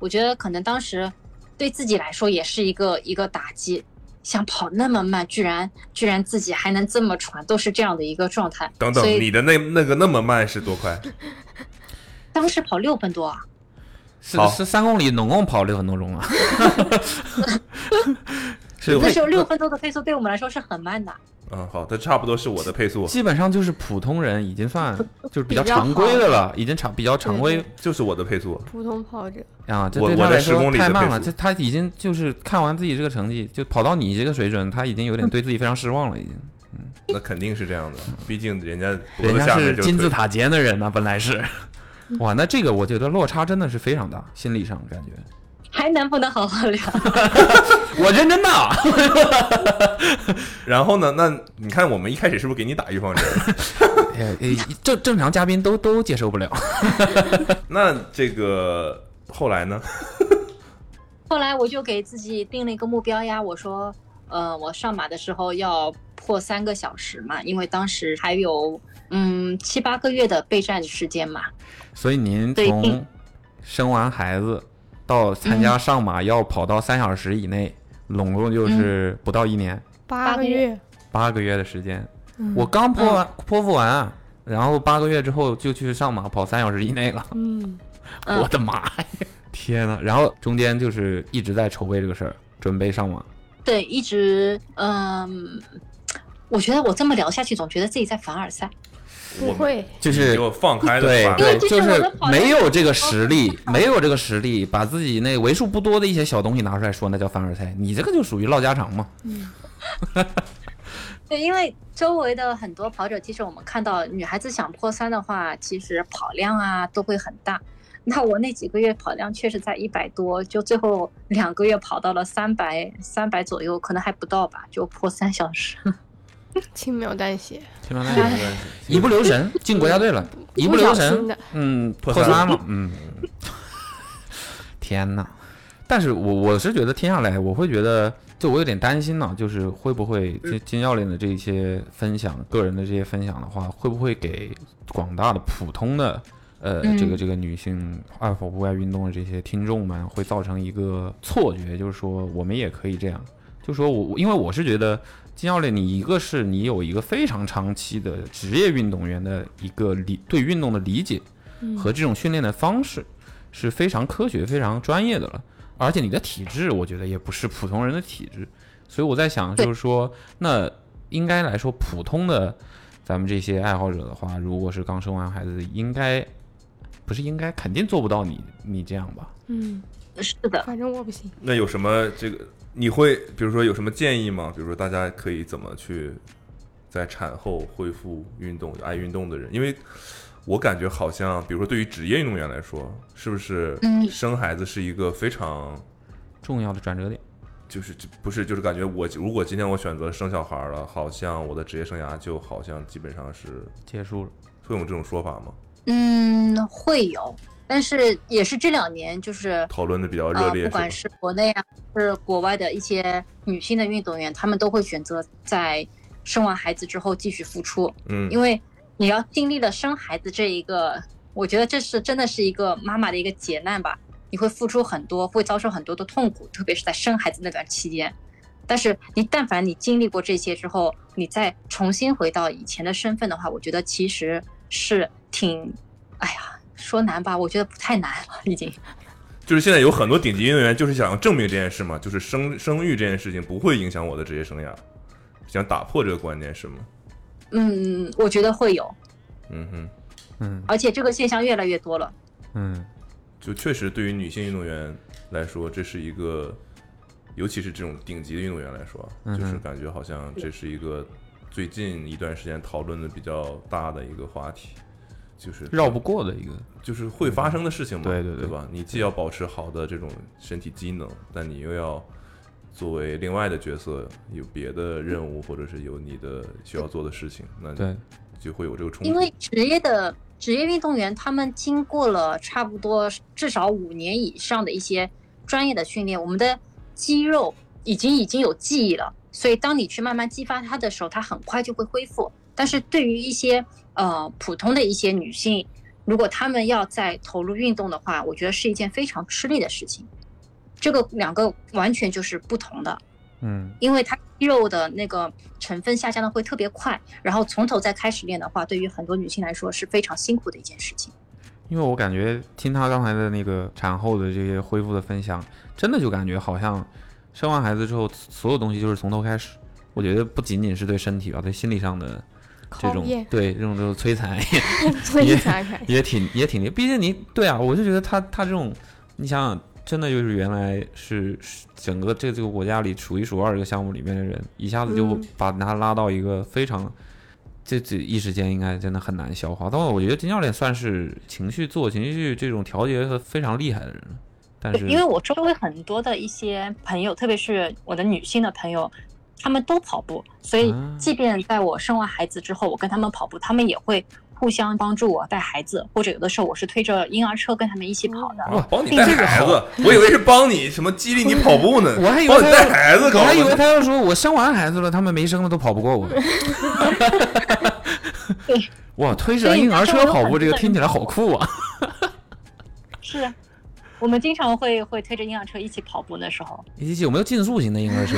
C: 我觉得可能当时对自己来说也是一个一个打击，想跑那么慢，居然居然自己还能这么喘，都是这样的一个状态。
A: 等等
C: 所，以
A: 你的那那个那么慢是
B: *laughs*
A: 多快？
C: 当时跑六分多啊，
B: 是
A: 好
B: 是三公里，总共跑六分多钟
A: *laughs*
B: 啊。是
C: 那时候六分多的配速对我们来说是很慢的。
A: 嗯，好，它差不多是我的配速，
B: 基本上就是普通人已经算就是比较
D: 比较好
B: 常规的了，已经常比较常规
A: 就是我的配速。
D: 普通跑者，
B: 啊，这
A: 我
B: 对
A: 我
B: 他
A: 在
B: 来
A: 10公
B: 说
A: 里
B: 太
A: 的
B: 慢
A: 配
B: 了。
A: 速
B: 这他已经就是看完自己这个成绩，就跑到你这个水准，他已经有点对自己非常失望了，已
A: *laughs*
B: 经。
A: 那肯定是这样的，毕竟人家脖
B: 人
A: 子
B: 家
A: 下面
B: 是
A: 就
B: 金字
A: 腿
B: 塔尖的人呢、啊本来是。哇，那这个我觉得落差真的是非常大，心理上感觉。
C: 还能不能好好聊？ *laughs*
B: *laughs* 我认真的，
A: 然后呢？那你看，我们一开始是不是给你打预防针？ *laughs*
B: 哎哎正正常嘉宾都都接受不了。
A: 那这个后来呢？
C: 后来我就给自己定了一个目标呀，我说，呃，我上马的时候要破三个小时嘛，因为当时还有嗯七八个月的备战时间嘛。
B: *laughs* 所以您
C: 对
B: 从
C: 嗯
B: 生完孩子到参加上马，要跑到三小时以内，拢共就是不到一年，
D: 八
C: 八
D: 个
C: 个
D: 月
C: 月，
B: 八个月的时间。
D: 嗯
B: 我刚剖完剖腹完啊，然后八个月之后就去上马跑三小时以内了。
D: 嗯，
C: 嗯
B: *laughs* 我的妈呀！天呐，然后中间就是一直在筹备这个事儿，准备上马。
C: 对，一直嗯，我觉得我这么聊下去，总觉得自己在凡尔赛。
D: 不会，
B: 就是
A: 你就放开的
B: 对
A: 话，
B: 对，
C: 这
B: 就是
C: 我
B: 是
C: 的跑量
B: 没有这个实力，没有这个实力，把自己那为数不多的一些小东西拿出来说，那叫凡尔赛。你这个就属于唠家常嘛。
C: 对，因为周围的很多跑者，其实我们看到女孩子想破三的话，其实跑量啊都会很大。那我那几个月跑量确实在一百多，就最后两个月跑到了三百三百左右，可能还不到吧，就破三小时。
D: 轻描淡写，
B: 听完
A: 对
B: 了，一不留神进国家队了，啊一不
D: 不
B: 留
D: 小心
B: 神
D: 的，
B: 嗯，
A: 破
B: 破
A: 三
B: 三了，嗯，天呐！但是我我是觉得听下来，我会觉得，就我有点担心呢、就是会不会金金教练的这一些分享，个人的这些分享的话，会不会给广大的普通的呃、
C: 嗯
B: 这个这个女性爱跑步爱运动的这些听众们，会造成一个错觉，就是说我们也可以这样，就说我我因为我是觉得金教练，你一个是你有一个非常长期的职业运动员的一个理对运动的理解，和这种训练的方式是非常科学、非常专业的了。而且你的体质，我觉得也不是普通人的体质，所以我在想，就是说，那应该来说，普通的咱们这些爱好者的话，如果是刚生完孩子，应该不是应该肯定做不到你你这样吧？
D: 嗯，
C: *laughs* 是的，
D: 反正我不行，
A: 那有什么这个？你会比如说有什么建议吗？比如说大家可以怎么去在产后恢复运动、爱运动的人？因为我感觉好像，比如说对于职业运动员来说，是不是
C: 嗯
A: 生孩子是一个非常
B: 重要的转折点，
A: 就是就不是就是感觉我如果今天我选择生小孩了，好像我的职业生涯就好像基本上是
B: 结束了。
A: 会有这种说法吗？
C: 嗯，会有，但是也是这两年就是
A: 讨论的比较热
C: 呃，
A: 烈，
C: 不管
A: 是
C: 是国内啊，是国外的一些女性的运动员，她们都会选择在生完孩子之后继续付出。
A: 吧嗯，
C: 因为你要经历了生孩子这一个，我觉得这是真的是一个妈妈的一个劫难吧。你会付出很多，会遭受很多的痛苦，特别是在生孩子那段期间。但是你但凡你经历过这些之后，你再重新回到以前的身份的话，我觉得其实是挺，哎呀，说难吧，我觉得不太难了，已经。
A: 就是现在有很多顶级运动员就是想要证明这件事嘛，就是生生育这件事情不会影响我的职业生涯，想打破这个观念是吗？
C: 嗯，我觉得会有，
A: 嗯哼，
B: 嗯
C: 而且这个现象越来越多了。
B: 嗯，
A: 就确实对于女性运动员来说，这是一个，尤其是这种顶级的运动员来说，啊
B: 嗯哼
A: 就是感觉好像这是一个最近一段时间讨论的比较大的一个话题，就是
B: 绕不过的一个。
A: 就是会发生的事情嘛，
B: 对对
A: 对
B: 对
A: 吧？你既要保持好的这种身体机能，但你又要作为另外的角色有别的任务，或者是有你的需要做的事情，那
B: 对，
A: 就会有这个冲突。
C: 因为职业的职业运动员，他们经过了差不多至少五年以上的一些专业的训练，我们的肌肉已经已经有记忆了，所以当你去慢慢激发它的时候，它很快就会恢复。但是对于一些呃普通的一些女性，如果她们要再投入运动的话，我觉得是一件非常吃力的事情。这个两个完全就是不同的。
B: 嗯，
C: 因为它肌肉的那个成分下降的会特别快，然后从头再开始练的话，对于很多女性来说是非常辛苦的一件事情。
B: 因为我感觉听他刚才的那个产后的这些恢复的分享，真的就感觉好像生完孩子之后，所有东西就是从头开始。我觉得不仅仅是对身体吧，对心理上的这
D: 考
B: 种
D: 验，
B: 对这种这种摧残 *laughs*
D: 所以才开始
B: 也挺也挺厉害，毕竟你对啊，我就觉得他他这种，你想想，真的就是原来是是整个这这个国家里数一数二这个项目里面的人，一下子就
D: 嗯
B: 把他拉到一个非常，这这一时间应该真的很难消化。但我觉得金教练算是情绪自我情绪这种调节和非常厉害的人了，但是
C: 因为我周围很多的一些朋友，特别是我的女性的朋友，她们都跑步，所以
B: 啊
C: 即便在我生完孩子之后，我跟她们跑步，她们也会互相帮助我带孩子，或者有的时候我是推着婴儿车跟她们一起跑
B: 哦
C: 的。
A: 啊，帮你带孩子，
B: *laughs*
A: 我以为是帮你什么激励你跑步呢，
B: 我还以为
A: 帮哦你
B: 他
A: 带孩子，
B: 我还以
A: 搞
B: 为
A: 得
B: 他要说我生完孩子了，他们没生的都跑不过
A: *laughs*
B: 我。哇，推着
C: 所以
B: 婴儿
C: 他说
B: 车
C: 我
B: 跑
C: 很
B: 步这个
C: 笨
B: 听起来好酷啊！
C: 是，我们经常会会推着婴儿车一起跑步的时候。
B: 一七七有没有竞速型的婴儿车？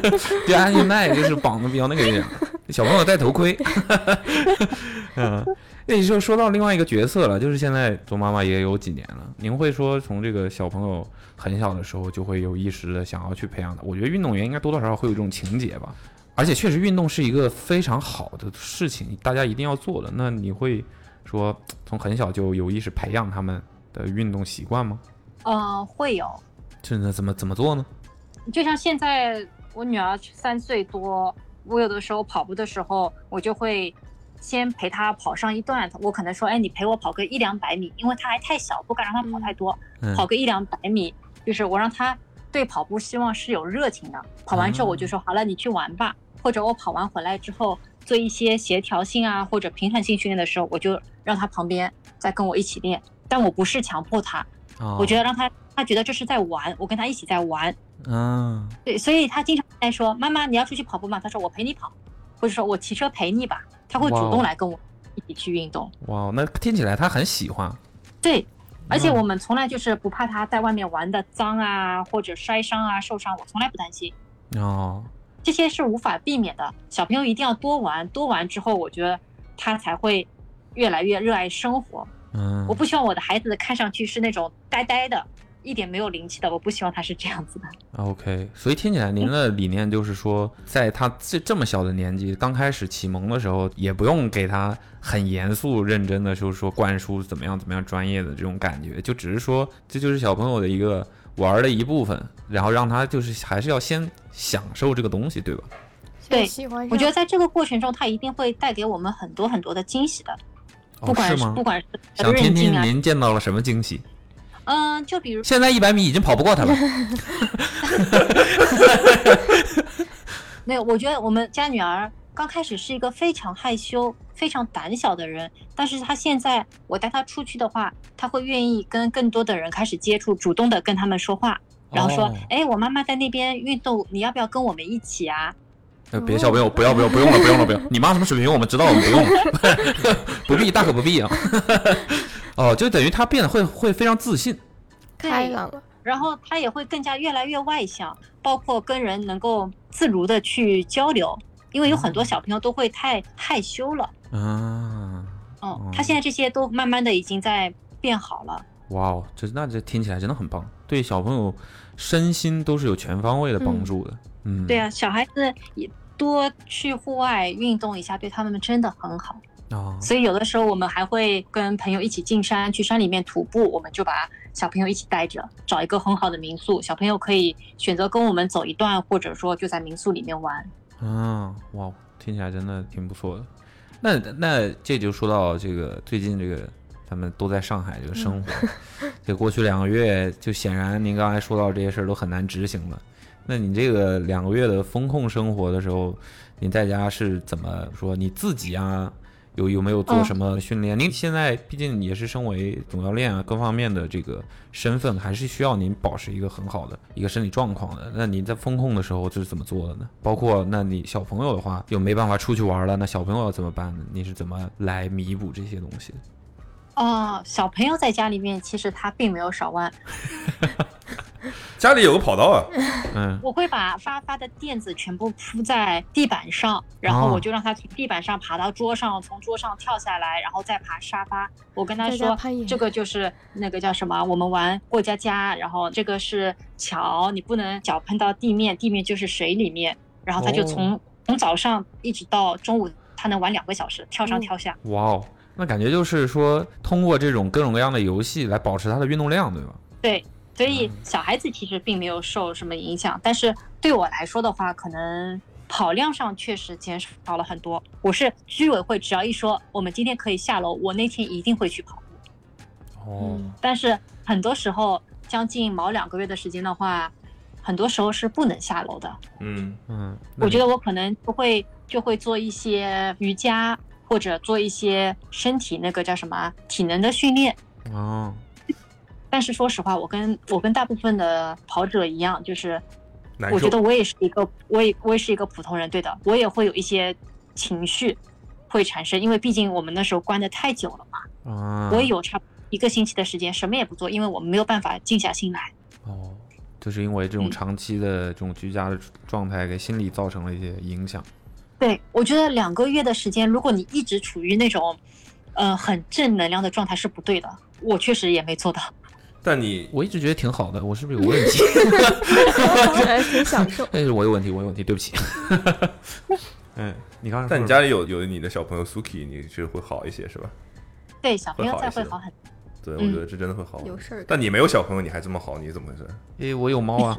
B: *laughs* 对，安全带就是绑的比较那个一点，小朋友戴头盔。 *laughs* 嗯，那你就说到另外一个角色了，就是现在做妈妈也有几年了，您会说从这个小朋友很小的时候就会有意识的想要去培养他。我觉得运动员应该多多少少会有这种情节吧，而且确实运动是一个非常好的事情，大家一定要做的。那你会说从很小就有意识培养他们的运动习惯吗？
C: 呃，会有，
B: 这那怎么怎么做呢？
C: 就像现在我女儿三岁多，我有的时候跑步的时候，我就会先陪她跑上一段，我可能说，哎，你陪我跑个一两百米，因为她还太小，不敢让她跑太多，
B: 嗯，
C: 跑个一两百米，就是我让她对跑步希望是有热情的。跑完之后，我就
B: 嗯
C: 说，好了，你去玩吧，或者我跑完回来之后做一些协调性啊或者平衡性训练的时候，我就让她旁边再跟我一起练，但我不是强迫她，我觉
B: 得
C: 得让她她觉得这是在玩，我跟她一起在玩。
B: 啊，
C: 对，所以他经常在说：“妈妈，你要出去跑步吗？”他说：“我陪你跑。”或者说我骑车陪你吧。他会主
B: 哇哦
C: 动来跟我一起去运动。
B: 哇，那听起来他很喜欢。
C: 对，而
B: 嗯
C: 且我们从来就是不怕他在外面玩的脏啊，或者摔伤啊、受伤，我从来不担心，
B: 哦，
C: 这些是无法避免的。小朋友一定要多玩，多玩之后，我觉得他才会越来越热爱生活。
B: 嗯，
C: 我不希望我的孩子看上去是那种呆呆的。一点没有灵气的，我不希望他是这样子的。
B: OK，所以听起来您的理念就是说，在他这这么小的年纪，刚开始启蒙的时候，也不用给他很严肃认真的，就是说灌输怎么样怎么样专业的这种感觉，就只是说这就是小朋友的一个玩儿的一部分，然后让他就是还是要先享受这个东西，对吧？
C: 对
D: 喜欢上。
C: 我觉得在这个过程中，他一定会带给我们很多很多的惊喜的。
B: 哦
C: 不，管
B: 是
C: 是
B: 吗
C: 不？管是
B: 想听
C: 韧劲
B: 听
C: 啊，
B: 您见到了什么惊喜？
C: 嗯，就比如
B: 现在一百米已经跑不过他了。
C: 没有，我觉得我们家女儿刚开始是一个非常害羞、非常胆小的人，但是她现在我带她出去的话，她会愿意跟更多的人开始接触，主动的跟他们说话，然后说
B: 哦，
C: 哎、我妈妈在那边运动，你要不要跟我们一起啊？
B: 呃，别小朋友，不要不要不用了，不用了不用了，你妈什么水平我们知道，我们不用了， *laughs* 不必大可不必啊。哦，就等于他变得会会非常自信，
D: 开朗了，
C: 然后她也会更加越来越外向，包括跟人能够自如的去交流，因为有
B: 哦
C: 很多小朋友都会太害羞了，
B: 啊，
C: 嗯，她现在这些都慢慢的已经在变好了。
B: 哇哦，这那这听起来真的很棒，对小朋友身心都是有全方位的帮助的。嗯，
C: 对啊，小孩子也多去户外运动一下，对他们真的很好。
B: 啊，
C: 所以有的时候我们还会跟朋友一起进山，去山里面徒步，我们就把小朋友一起带着，找一个很好的民宿，小朋友可以选择跟我们走一段，或者说就在民宿里面玩。
B: 啊，哇，听起来真的挺不错的。那那这就说到这个最近这个咱们都在上海这个 *laughs* 生活，这过去两个月就显然您刚才说到这些事儿都很难执行了。那你这个两个月的风控生活的时候，你在家是怎么说？你自己啊，有有没有做
C: 嗯
B: 什么训练？您现在毕竟也是身为总教练啊，各方面的这个身份，还是需要您保持一个很好的一个身体状况的。那您在风控的时候这是怎么做的呢？包括那你小朋友的话，又没办法出去玩了，那小朋友要怎么办呢？你是怎么来弥补这些东西的？
C: 哦，小朋友在家里面其实他并没有少玩，
A: 家里有个
B: *laughs*
A: 跑道啊，
B: 嗯，
C: 我会把发发的垫子全部铺在地板上，然后
B: 哦
C: 我就让他从地板上爬到桌上，从桌上跳下来，然后再爬沙发。我跟他
D: 在家
C: 说
D: 攀岩，
C: 这个就是那个叫什么，我们玩过家家，然后这个是桥，你不能脚碰到地面，地面就是水里面。然后他就
B: 哦
C: 从、从早上一直到中午，他能玩两个小时，跳上
D: 嗯
C: 跳下。
B: 哇哦，那感觉就是说通过这种各种各样的游戏来保持他的运动量，对吧？
C: 对，所以小孩子其实并没有受什么影响，但是对我来说的话，可能跑量上确实减少了很多。我是居委会，只要一说我们今天可以下楼，我那天一定会去跑步。
B: 哦，
C: 但是很多时候，将近毛两个月的时间的话，很多时候是不能下楼的。
A: 嗯，
B: 嗯，那
C: 我
B: 你
C: 觉得我可能就会就会做一些瑜伽，或者做一些身体那个叫什么体能的训练。
B: 哦，
C: 但是说实话，我跟我跟大部分的跑者一样，就是
A: 难
C: 我觉
A: 受
C: 得我也是一个，我也我也是一个普通人，对的，我也会有一些情绪会产生，因为毕竟我们那时候关的太久了嘛，
A: 嗯
B: 啊，
C: 我也有差不多一个星期的时间什么也不做，因为我们没有办法静下心来。
B: 哦，就是因为这种
C: 嗯
B: 长期的这种居家的状态，给心理造成了一些影响。
C: 对我觉得两个月的时间，如果你一直处于那种，呃，很正能量的状态是不对的。我确实也没做到，
A: 但你
B: 我一直觉得挺好的，我是不是有问 *laughs* 题？
D: 还挺享
B: *laughs*
D: 受。
B: 但是哎我有问题，我有问题，对不起。 *laughs* 嗯，你刚才
A: 但你
B: 说
A: 家里有有你的小朋友 Suki，你是会好一些是吧？
C: 对小朋友
A: 会好
C: 再
A: 一些
C: 会好很多。
A: 对，我
C: 嗯
A: 觉得这真的会好。
D: 有事儿干
A: 但你没有小朋友，你还这么好，你怎么回事？
B: 诶，我有猫啊，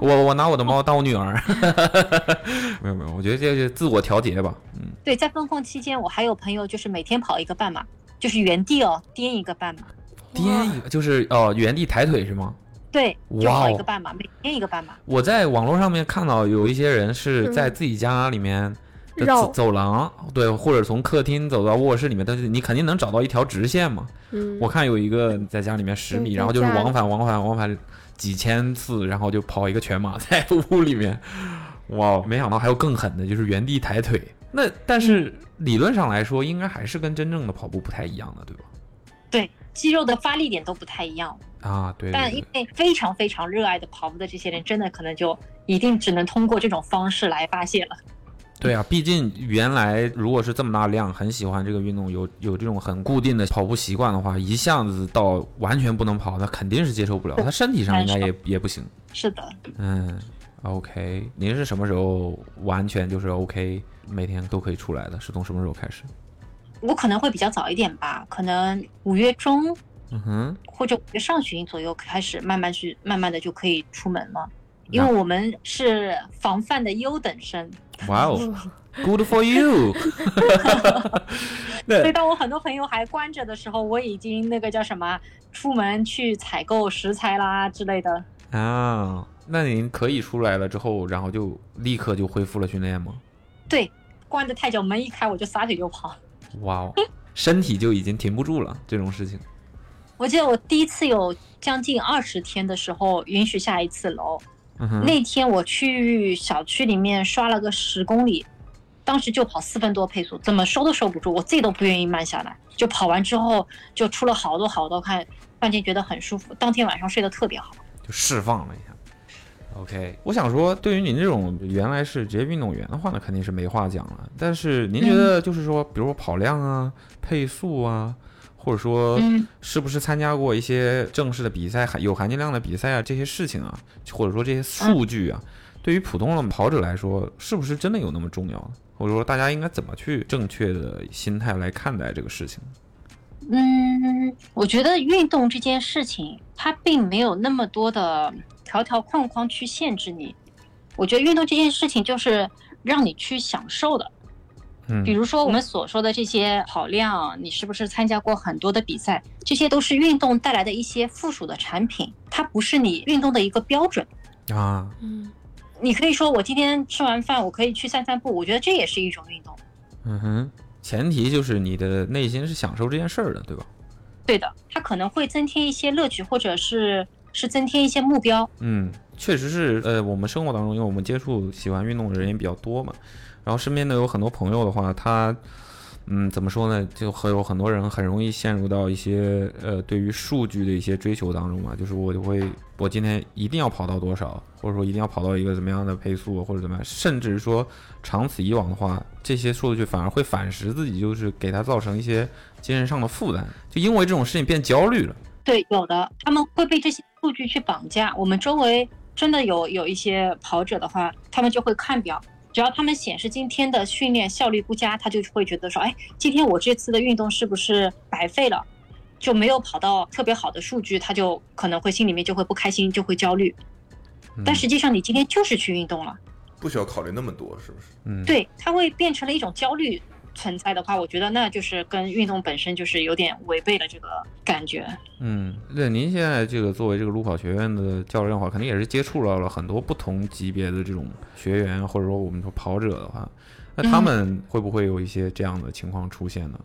B: 我我拿我的猫当我女儿。
A: 哦
B: *laughs* 没有没有，我觉得这个自我调节吧。嗯，
C: 对，在风控期间，我还有朋友就是每天跑一个半马，就是原地哦，颠一个半马，
B: 颠一个就是哦，原地抬腿是吗？
C: 对，就
B: 哇
C: 跑
B: 哦
C: 一个半马，每天一个半马。
B: 我在网络上面看到有一些人是
D: 嗯
B: 在自己家里面的
D: 绕
B: 走走廊，对，或者从客厅走到卧室里面，但是你肯定能找到一条直线嘛。
D: 嗯，
B: 我看有一个在家里面十米，
D: 嗯
B: 然后就是
D: 在家
B: 往返往返往返几千次，然后就跑一个全马在屋里面。 *laughs* 哇，没想到还有更狠的，就是原地抬腿。那但
D: 嗯
B: 是理论上来说，应该还是跟真正的跑步不太一样的，对吧？
C: 对，肌肉的发力点都不太一样。
B: 啊，对对
C: 但因
B: 对，
C: 为非常非常热爱的跑步的这些人，真的可能就一定只能通过这种方式来发泄了。
B: 对啊，毕竟原来如果是这么大量很喜欢这个运动，有有这种很固定的跑步习惯的话，一下子到完全不能跑，那肯定是接受不了，他身体上应该也也不行。
C: 是的，
B: 嗯，OK，您是什么时候完全就是 OK，每天都可以出来的？是从什么时候开始？
C: 我可能会比较早一点吧，可能五月中
B: 嗯哼，
C: 或者五月上旬左右开始，慢慢去，慢慢的就可以出门了。因为我们是防范的优等生，
B: 哇哦，Good for you *laughs*
C: 所以当我很多朋友还关着的时候，我已经那个叫什么，出门去采购食材啦之类的。
B: 啊！那您可以出来了之后，然后就立刻就恢复了训练吗？
C: 对，关的太久，门一开我就撒腿就跑。
B: 哇哦，身体就已经停不住了，这种事情。
C: 我记得我第一次有将近二十天的时候，允许下一次楼。
B: 嗯哼，
C: 那天我去小区里面刷了个十公里，当时就跑四分多配速，怎么收都收不住，我自己都不愿意慢下来。就跑完之后，就出了好多好多汗，突然间觉得很舒服，当天晚上睡得特别好。
B: 就释放了一下。OK，我想说，对于您这种原来是职业运动员的话呢，肯定是没话讲了。但是您觉
C: 嗯
B: 得，就是说，比如说跑量啊、配速啊，或者说
C: 嗯
B: 是不是参加过一些正式的比赛、含有含金量的比赛啊，这些事情啊，或者说这些数据
C: 嗯
B: 啊，对于普通的跑者来说，是不是真的有那么重要呢？或者说，大家应该怎么去正确的心态来看待这个事情？
C: 嗯，我觉得运动这件事情，它并没有那么多的条条框框去限制你。我觉得运动这件事情就是让你去享受的。
B: 嗯
C: 比，如说我们所说的这些跑量，你是不是参加过很多的比赛？这些都是运动带来的一些附属的产品，它不是你运动的一个标准。
B: 啊，
D: 嗯
C: 你可以说我今天吃完饭，我可以去散散步，我觉得这也是一种运动。
B: 嗯哼，前提就是你的内心是享受这件事儿的，对吧？
C: 对的，它可能会增添一些乐趣，或者是是增添一些目标。
B: 嗯，确实是，呃，我们生活当中，因为我们接触喜欢运动的人也比较多嘛，然后身边的有很多朋友的话，他，嗯，怎么说呢，就很有很多人很容易陷入到一些呃对于数据的一些追求当中嘛，就是我就会，我今天一定要跑到多少，或者说一定要跑到一个怎么样的配速或者怎么样，甚至说长此以往的话，这些数据反而会反噬自己，就是给他造成一些精神上的负担，就因为这种事情变焦虑了。
C: 对，有的他们会被这些数据去绑架。我们周围真的有有一些跑者的话，他们就会看表，只要他们显示今天的训练效率不佳，他就会觉得说，哎，今天我这次的运动是不是白费了？就没有跑到特别好的数据，他就可能会心里面就会不开心，就会焦虑。
B: 嗯
C: 但实际上，你今天就是去运动了，
A: 不需要考虑那么多，是不是？
B: 嗯，
C: 对，它会变成了一种焦虑存在的话，我觉得那就是跟运动本身就是有点违背了这个感觉。
B: 嗯，对，您现在这个作为这个路跑学院的教练的话，肯定也是接触到了很多不同级别的这种学员，或者说我们说跑者的话，那他
C: 嗯
B: 们会不会有一些这样的情况出现呢？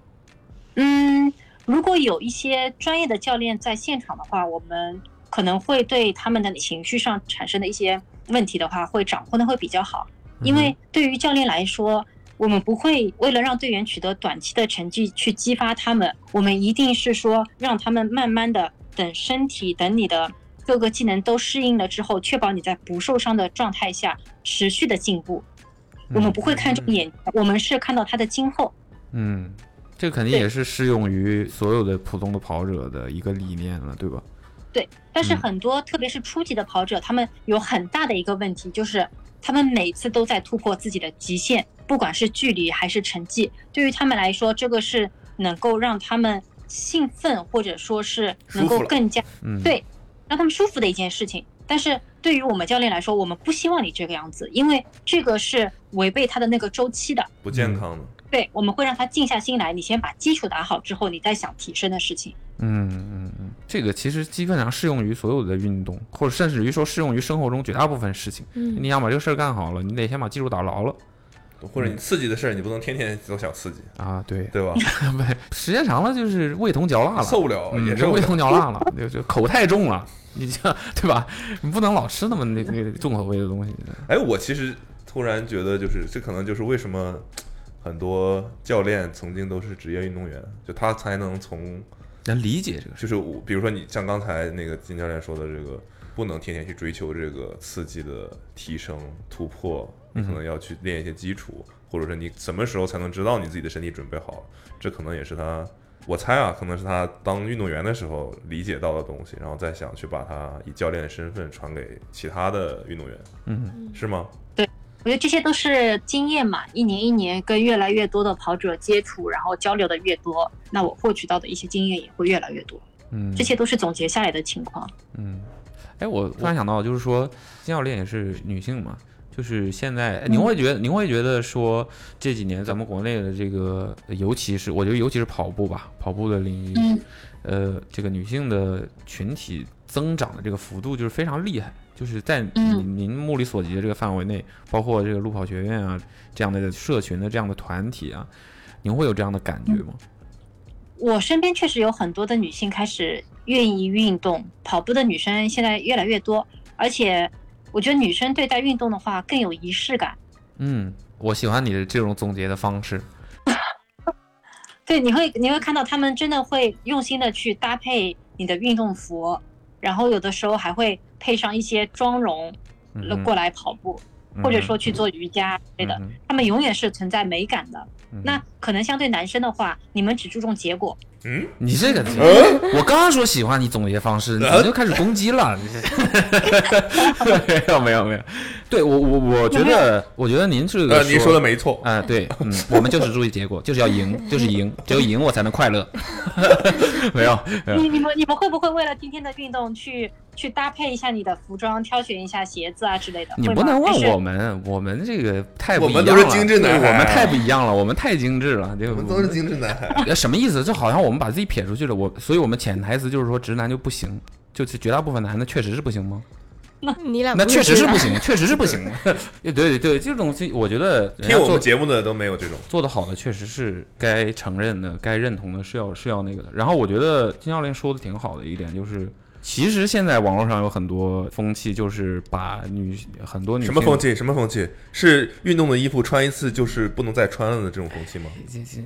C: 嗯，如果有一些专业的教练在现场的话，我们可能会对他们的情绪上产生的一些问题的话，会掌控的会比较好。
B: 嗯
C: 因为对于教练来说，我们不会为了让队员取得短期的成绩去激发他们，我们一定是说让他们慢慢的等身体等你的各个技能都适应了之后，确保你在不受伤的状态下持续的进步。我们不会看重眼，我们是看到他的今后。
B: 嗯，这肯定
C: 对
B: 也是适用于所有的普通的跑者的一个理念了，对吧？
C: 对，但是
B: 嗯
C: 很多、特别是初级的跑者，他们有很大的一个问题，就是他们每次都在突破自己的极限，不管是距离还是成绩，对于他们来说，这个是能够让他们兴奋，或者说是能
A: 舒服
C: 够
A: 了
C: 更加
B: 嗯，
C: 对让他们舒服的一件事情。但是对于我们教练来说，我们不希望你这个样子，因为这个是违背他的那个周期的。
A: 不
B: 嗯
A: 健康的。
C: 对，我们会让他静下心来，你先把基础打好之后，你再想提升的事情。
B: 嗯嗯嗯，这个其实基本上适用于所有的运动，或者甚至于说适用于生活中绝大部分事情。
D: 嗯
B: 你想把这个事儿干好了，你得先把技术打牢了
A: 或者你刺激的事儿，你不能天天都想刺激，
B: 啊，对，
A: 对吧？
B: 时间长了就是味同嚼蜡了，
A: 受不了，
B: 嗯
A: 也
B: 就
A: 受不
B: 味 *laughs*
A: 了。
B: 同嚼蜡了，就就口太重了，你这对吧？你不能老吃那么那那重口味的东西。
A: 哎，我其实突然觉得，就是这可能就是为什么很多教练曾经都是职业运动员，就他才能从
B: 能理解这个事，
A: 就是我，比如说你像刚才那个金教练说的这个，不能天天去追求这个刺激的提升突破，你可能要去练一些基础，或者是你什么时候才能知道你自己的身体准备好了？这可能也是他，我猜啊，可能是他当运动员的时候理解到的东西，然后再想去把它以教练的身份传给其他的运动员，
B: 嗯，
A: 是吗？
C: 我觉得这些都是经验嘛，一年一年跟越来越多的跑者接触，然后交流的越多，那我获取到的一些经验也会越来越多。
B: 嗯
C: 这些都是总结下来的情况。
B: 嗯，哎，我突然想到，就是说，金教练也是女性嘛，就是现在，哎您会觉得，您会觉得说，这几年咱们国内的这个，呃尤其是我觉得，尤其是跑步吧，跑步的领域，
C: 嗯
B: 呃，这个女性的群体增长的这个幅度就是非常厉害，就是在您
C: 嗯
B: 您目力所及的这个范围内，包括这个路跑学院啊这样的社群的这样的团体啊，您会有这样的感觉
C: 嗯
B: 吗？
C: 我身边确实有很多的女性开始愿意运动，跑步的女生现在越来越多，而且我觉得女生对待运动的话更有仪式感。
B: 嗯，我喜欢你的这种总结的方式。
C: 对，你会你会看到他们真的会用心的去搭配你的运动服，然后有的时候还会配上一些妆容
B: 嗯
C: 呃
B: 哼
C: 过来跑步，或者说去做瑜伽之类的。
B: 嗯嗯哼
C: 他们永远是存在美感的。
B: 嗯哼
C: 那可能相对男生的话，你们只注重结果，
A: 嗯，
B: 你这个，我刚刚说喜欢你总结方式，你
A: 呃
B: 就开始攻击了。你这
A: *laughs*
B: 没有没有没有，对我我我觉
C: 有没
B: 得，我觉得您这个
A: 呃，您说的没错，
B: 啊、对，嗯，我们就是注意结果，就是要赢，就是赢，只有赢我才能快乐。 *laughs* 没有没有，
C: 你你们你们会不会为了今天的运动去去搭配一下你的服装，挑选一下鞋子啊之类的？
B: 你
C: 会
B: 不
C: 吗
B: 能
C: 还
B: 问
C: 是
B: 我们，我们这个太不
A: 我
B: 一
A: 们
B: 样
A: 都是
B: 了
A: 精致男
B: 对
A: 孩
B: 我们
A: 啊
B: 太不一样了，我们太精致了，对，
A: *laughs* 我们都是精致男 *laughs* 孩。
B: 呃什么意思？就好像我们把自己撇出去了，我，所以我们潜台词就是说直男就不行，就是绝大部分男的确实是不行吗？
D: 你俩
E: 那
D: 不
E: 确实是
D: 这
E: 不
D: 样
E: 行，确实是不
A: *laughs*
E: 行。对对对，这种东西我觉得人
A: 听
E: 家
A: 我
E: 做
A: 们节目的都没有这种，
E: 做的好的，
B: 确实是该承认的、该认同的是要是要那个的。然后我觉得金教练说的挺好的一点就是，其实现在网络上有很多风气，就是把女很多女
A: 什么风
B: 气，
A: 气？什么风气？是运动的衣服穿一次就是不能再穿了的这种风气吗？
E: 这这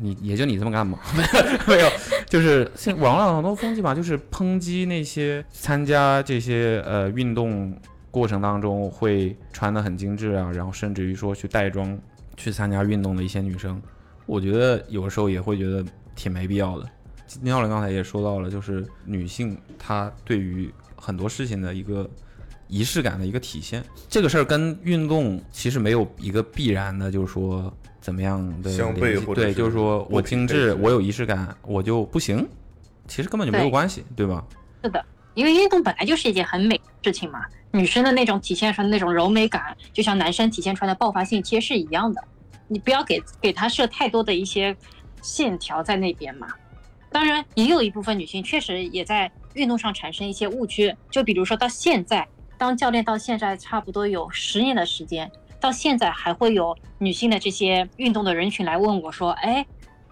E: 你也就你这么干吧，
B: *laughs*
E: 没有，
B: 就是现网络上很多风气吧，就是抨击那些参加这些呃运动过程当中会穿的很精致啊，然后甚至于说去带妆去参加运动的一些女生，我觉得有时候也会觉得挺没必要的。金教练刚才也说到了，就是女性她对于很多事情的一个仪式感的一个体现。这个事儿跟运动其实没有一个必然的，就是说怎么样的
A: 相
B: 联
A: 悖
B: 系
A: 或者
B: 对，
A: 是
B: 就是说
A: 不
B: 我
A: 匹
B: 精
A: 配
B: 致
A: 之，类
B: 我有仪式感，我就不行。其实根本就没有
C: 对
B: 关系，对吧？
C: 因为运动本来就是一件很美的事情嘛。女生的那种体现出来的那种柔美感，就像男生体现出来的爆发性贴是一样的。你不要给给他设太多的一些线条在那边嘛。当然，也有一部分女性确实也在运动上产生一些误区，就比如说到现在，当教练到现在差不多有十年的时间，到现在还会有女性的这些运动的人群来问我说：“哎，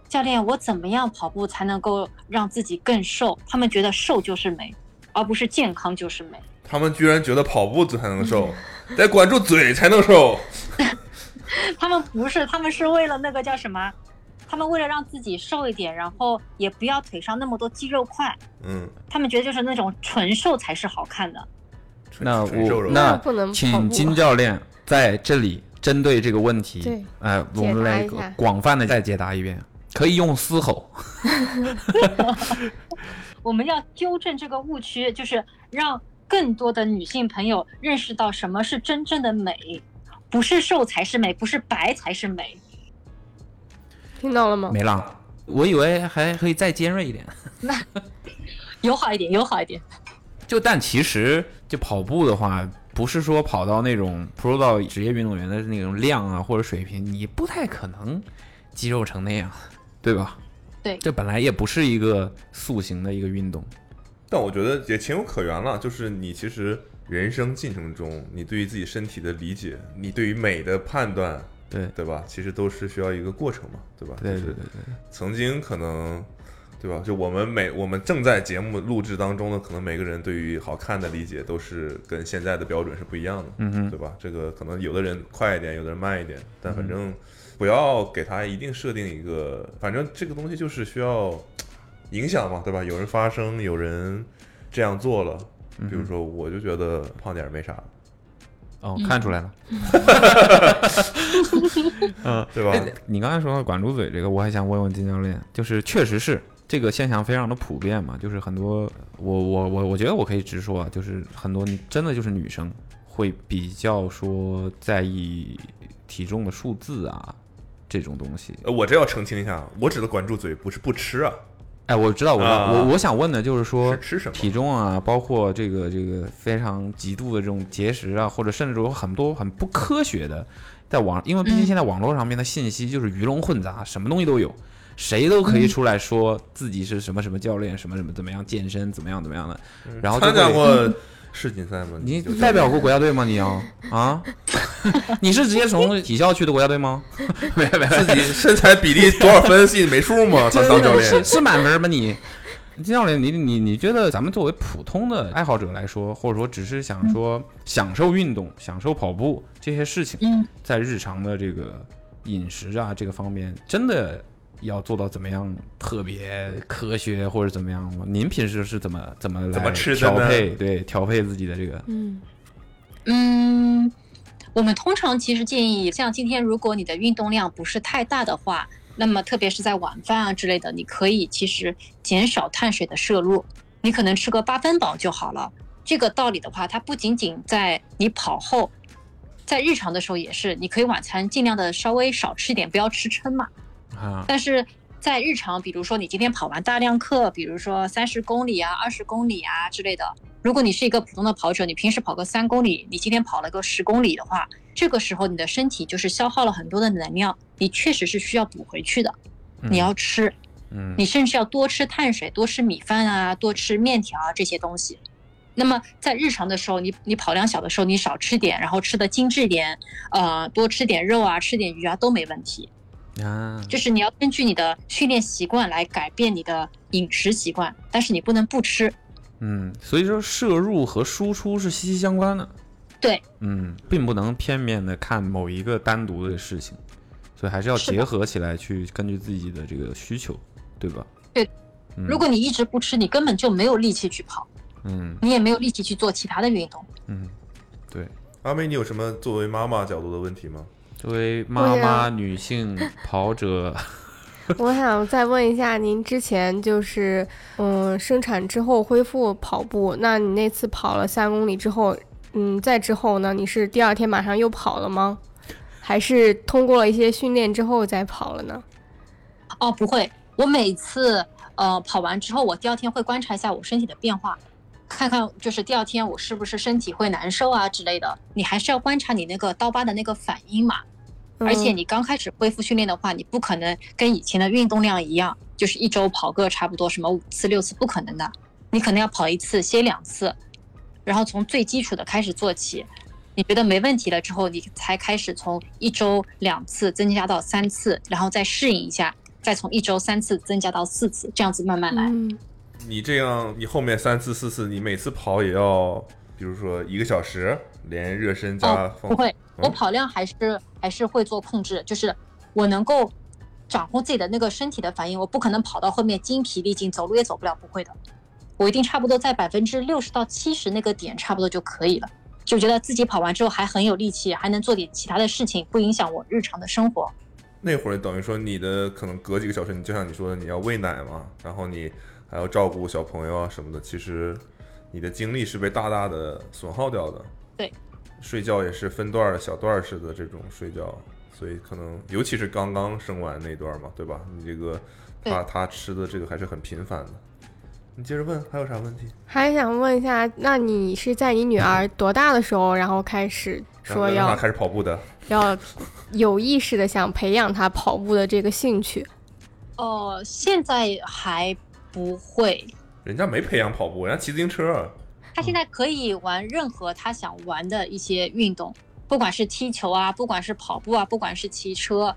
C: 教练，我怎么样跑步才能够让自己更瘦？”他们觉得瘦就是美，而不是健康就是美。
A: 他们居然觉得跑步才
B: *laughs*
A: 能瘦，得管住嘴才能瘦。
C: 他们不是，他们是为了那个叫什么？他们为了让自己瘦一点，然后也不要腿上那么多肌肉块，
A: 嗯，
C: 他们觉得就是那种纯瘦才是好看的。
A: 纯
B: 那
A: 纯瘦
B: 我
A: 肉
D: 那
B: 那
D: 不能跑
B: 请
D: 步啊
B: 金教练在这里针对这个问题，
D: 对，
B: 呃，我
D: 解
B: 们
D: 答
B: 来
D: 一下
B: 广泛的再解答一遍，可以用嘶吼，
C: 我们要纠正这个误区，就是让更多的女性朋友认识到什么是真正的美，不是瘦才是美，不是白才是美。
D: 听到了吗？
B: 没了。我以为还可以再尖锐一点，
C: 友好一点，友好一点。
B: 就但其实就跑步的话，不是说跑到那种 pro 到职业运动员的那种量啊或者水平，你不太可能肌肉成那样，对吧？
C: 对
B: 这本来也不是一个塑形的一个运动。
A: 但我觉得也情有可原了，就是你其实人生进程中，你对于自己身体的理解，你对于美的判断，
B: 对
A: 对吧？其实都是需要一个过程嘛，对吧？
B: 对
A: 就是
B: 对对对，
A: 曾经可能，对吧？就我们每我们正在节目录制当中的，可能每个人对于好看的理解都是跟现在的标准是不一样的，
B: 嗯嗯哼
A: 对吧？这个可能有的人快一点，有的人慢一点，但反正不要给他一定设定一个，反正这个东西就是需要影响嘛，对吧？有人发声，有人这样做了，
B: 嗯
A: 比如说我就觉得胖点儿没啥，
B: 哦，看出来了。
A: 对吧？
B: 哎你刚才说到管住嘴这个，我还想问问金教练，就是确实是这个现象非常的普遍嘛，就是很多我我我我觉得我可以直说啊，就是很多真的就是女生会比较说在意体重的数字啊这种东西。
A: 呃我这要澄清一下，我指的管住嘴不是不吃啊，
B: 哎，我知道，我知道，
A: 啊
B: 我我想问的就是说
A: 是吃什么
B: 体重啊，包括这个这个非常极度的这种节食啊，或者甚至说很多很不科学的，在网，因为毕竟
C: 嗯
B: 现在网络上面的信息就是鱼龙混杂，什么东西都有，谁都可以出来说自己是什么什么教练，什么什么怎么样健身，怎么样怎么样的，然后就
A: 嗯参加
B: 会嗯
A: 过世锦赛吗？
B: 你
A: 就
B: 代表过国家队吗？你要
A: *laughs*
B: 啊？你是直接从体校去的国家队吗？ *laughs* 没没没， *laughs*
A: 自己身材比例多少分自己没数吗？他当教
B: 是
A: 练，
B: 是满分吗你？金教练，你你你觉得咱们作为普通的爱好者来说，或者说只是
C: 嗯
B: 想说享受运动、享受跑步这些事情，
C: 嗯，
B: 在日常的这个饮食啊这个方面，真的要做到怎么样特别科学或者怎么样吗？您平时是怎么怎么来
A: 怎么吃的
B: 调
A: 呢
B: 配？对，调配自己的这个
D: 嗯，
C: 嗯，我们通常其实建议，像今天如果你的运动量不是太大的话，那么特别是在晚饭啊之类的，你可以其实减少碳水的摄入，你可能吃个八分饱就好了。这个道理的话，它不仅仅在你跑后，在日常的时候也是，你可以晚餐尽量的稍微少吃一点，不要吃撑嘛。
B: 啊，
C: 但是在日常，比如说你今天跑完大量课，比如说三十公里啊、二十公里啊之类的，如果你是一个普通的跑者，你平时跑个三公里，你今天跑了个十公里的话，这个时候你的身体就是消耗了很多的能量，你确实是需要补回去的。
B: 嗯
C: 你要吃，
B: 嗯
C: 你甚至要多吃碳水，多吃米饭啊，多吃面条啊这些东西。那么在日常的时候，你你跑量小的时候，你少吃点，然后吃的精致点，呃，多吃点肉啊，吃点鱼啊都没问题。
B: 啊，
C: 就是你要根据你的训练习惯来改变你的饮食习惯，但是你不能不吃。
B: 嗯，所以说摄入和输出是息息相关的。
C: 对，
B: 嗯，并不能片面的看某一个单独的事情，所以还是要
C: 是的
B: 结合起来去根据自己的这个需求，对吧？
C: 对
B: 嗯，
C: 如果你一直不吃，你根本就没有力气去跑，
B: 嗯
C: 你也没有力气去做其他的运动。
B: 嗯，对，
A: 阿妹，你有什么作为妈妈角度的问题吗？
B: 作为妈
D: 对
B: 妈、
D: 啊
B: 女性跑者，
D: 我想再问一下，您之前就是嗯生产之后恢复跑步，那你那次跑了三公里之后，嗯，再之后呢，你是第二天马上又跑了吗？还是通过了一些训练之后再跑了呢？
C: 哦，不会，我每次呃跑完之后，我第二天会观察一下我身体的变化，看看就是第二天我是不是身体会难受啊之类的。你还是要观察你那个刀疤的那个反应嘛。而且
D: 嗯
C: 你刚开始恢复训练的话，你不可能跟以前的运动量一样，就是一周跑个差不多什么五次六次，不可能的。你可能要跑一次，歇两次，然后从最基础的开始做起。你觉得没问题了之后，你才开始从一周两次增加到三次，然后再适应一下，再从一周三次增加到四次，这样子慢慢来。
D: 嗯
A: 你这样，你后面三次四次，你每次跑也要，比如说一个小时，连热身加
C: 哦，
A: 放。
C: 不会，我
A: 嗯
C: 跑量还是还是会做控制，就是我能够掌控自己的那个身体的反应，我不可能跑到后面精疲力尽，走路也走不了，不会的。我一定差不多在百分之六十到七十那个点差不多就可以了，就觉得自己跑完之后还很有力气，还能做点其他的事情，不影响我日常的生活。
A: 那会儿等于说你的可能隔几个小时，你就像你说的，你要喂奶嘛，然后你还要照顾小朋友啊什么的，其实你的精力是被大大的损耗掉的。
C: 对，
A: 睡觉也是分段儿、小段儿式的这种睡觉，所以可能尤其是刚刚生完那段儿嘛，对吧？你这个
C: 对
A: 他他吃的这个还是很频繁的。你接着问，还有啥问题？
D: 还想问一下，那你是在你女儿多大的时候，然后开始说
A: 然后嗯
D: 要
A: 开始跑步的，
D: 要有意识的想培养她跑步的这个兴趣？
C: 哦，现在还不会，
A: 人家没培养跑步，人家骑自行车。
C: 他
B: 嗯
C: 现在可以玩任何他想玩的一些运动，不管是踢球啊，不管是跑步啊，不管是骑车，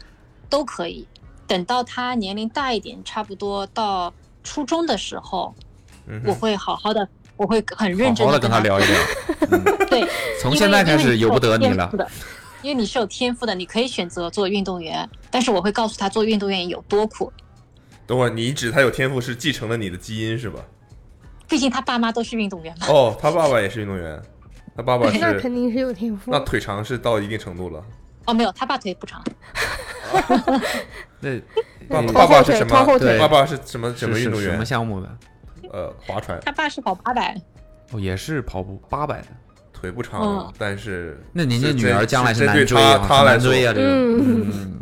C: 都可以。等到他年龄大一点，差不多到初中的时候，
A: 嗯
C: 我
A: 哼，
C: 会好好的，我会很认真
B: 好好
C: 的
B: 的跟他聊一聊。
C: 对，
B: 从
C: 因为
B: 现在开
C: 因为
B: 始
C: 是
B: 由不得你
C: 天
B: 了
C: 赋。的。因为你是有天赋的，你可以选择做运动员，但是我会告诉他做运动员有多苦。
A: 等会儿你指他有天赋是继承了你的基因是
D: *laughs*
A: 吧？
C: 毕竟他爸妈都是运动员嘛。
A: 哦，他爸爸也是运动员，他爸爸是
D: *laughs* 那肯定是有天赋
A: 那。腿长是到一定程度了。
C: 哦，没有，他爸腿不长，
B: 那
A: 爸
B: 对
A: 爸爸是什
D: 拖
A: 么
D: 后？
B: 腿
A: 爸爸是什么什么
B: 是
A: 运动
B: 什
A: 员
B: 么？项目的？
A: 呃，划船。
C: 他爸是跑八百，
B: 哦，也是跑步八百的。
A: 腿不长
D: 哦
C: 嗯，
A: 但是
B: 那您这
A: 这
B: 女儿将来是
A: 这这
B: 难
A: 对
B: 追
A: 他
B: 啊，
A: 他
B: 很
A: 来
B: 难
A: 说
B: 追啊，这个。
D: 嗯
B: 嗯，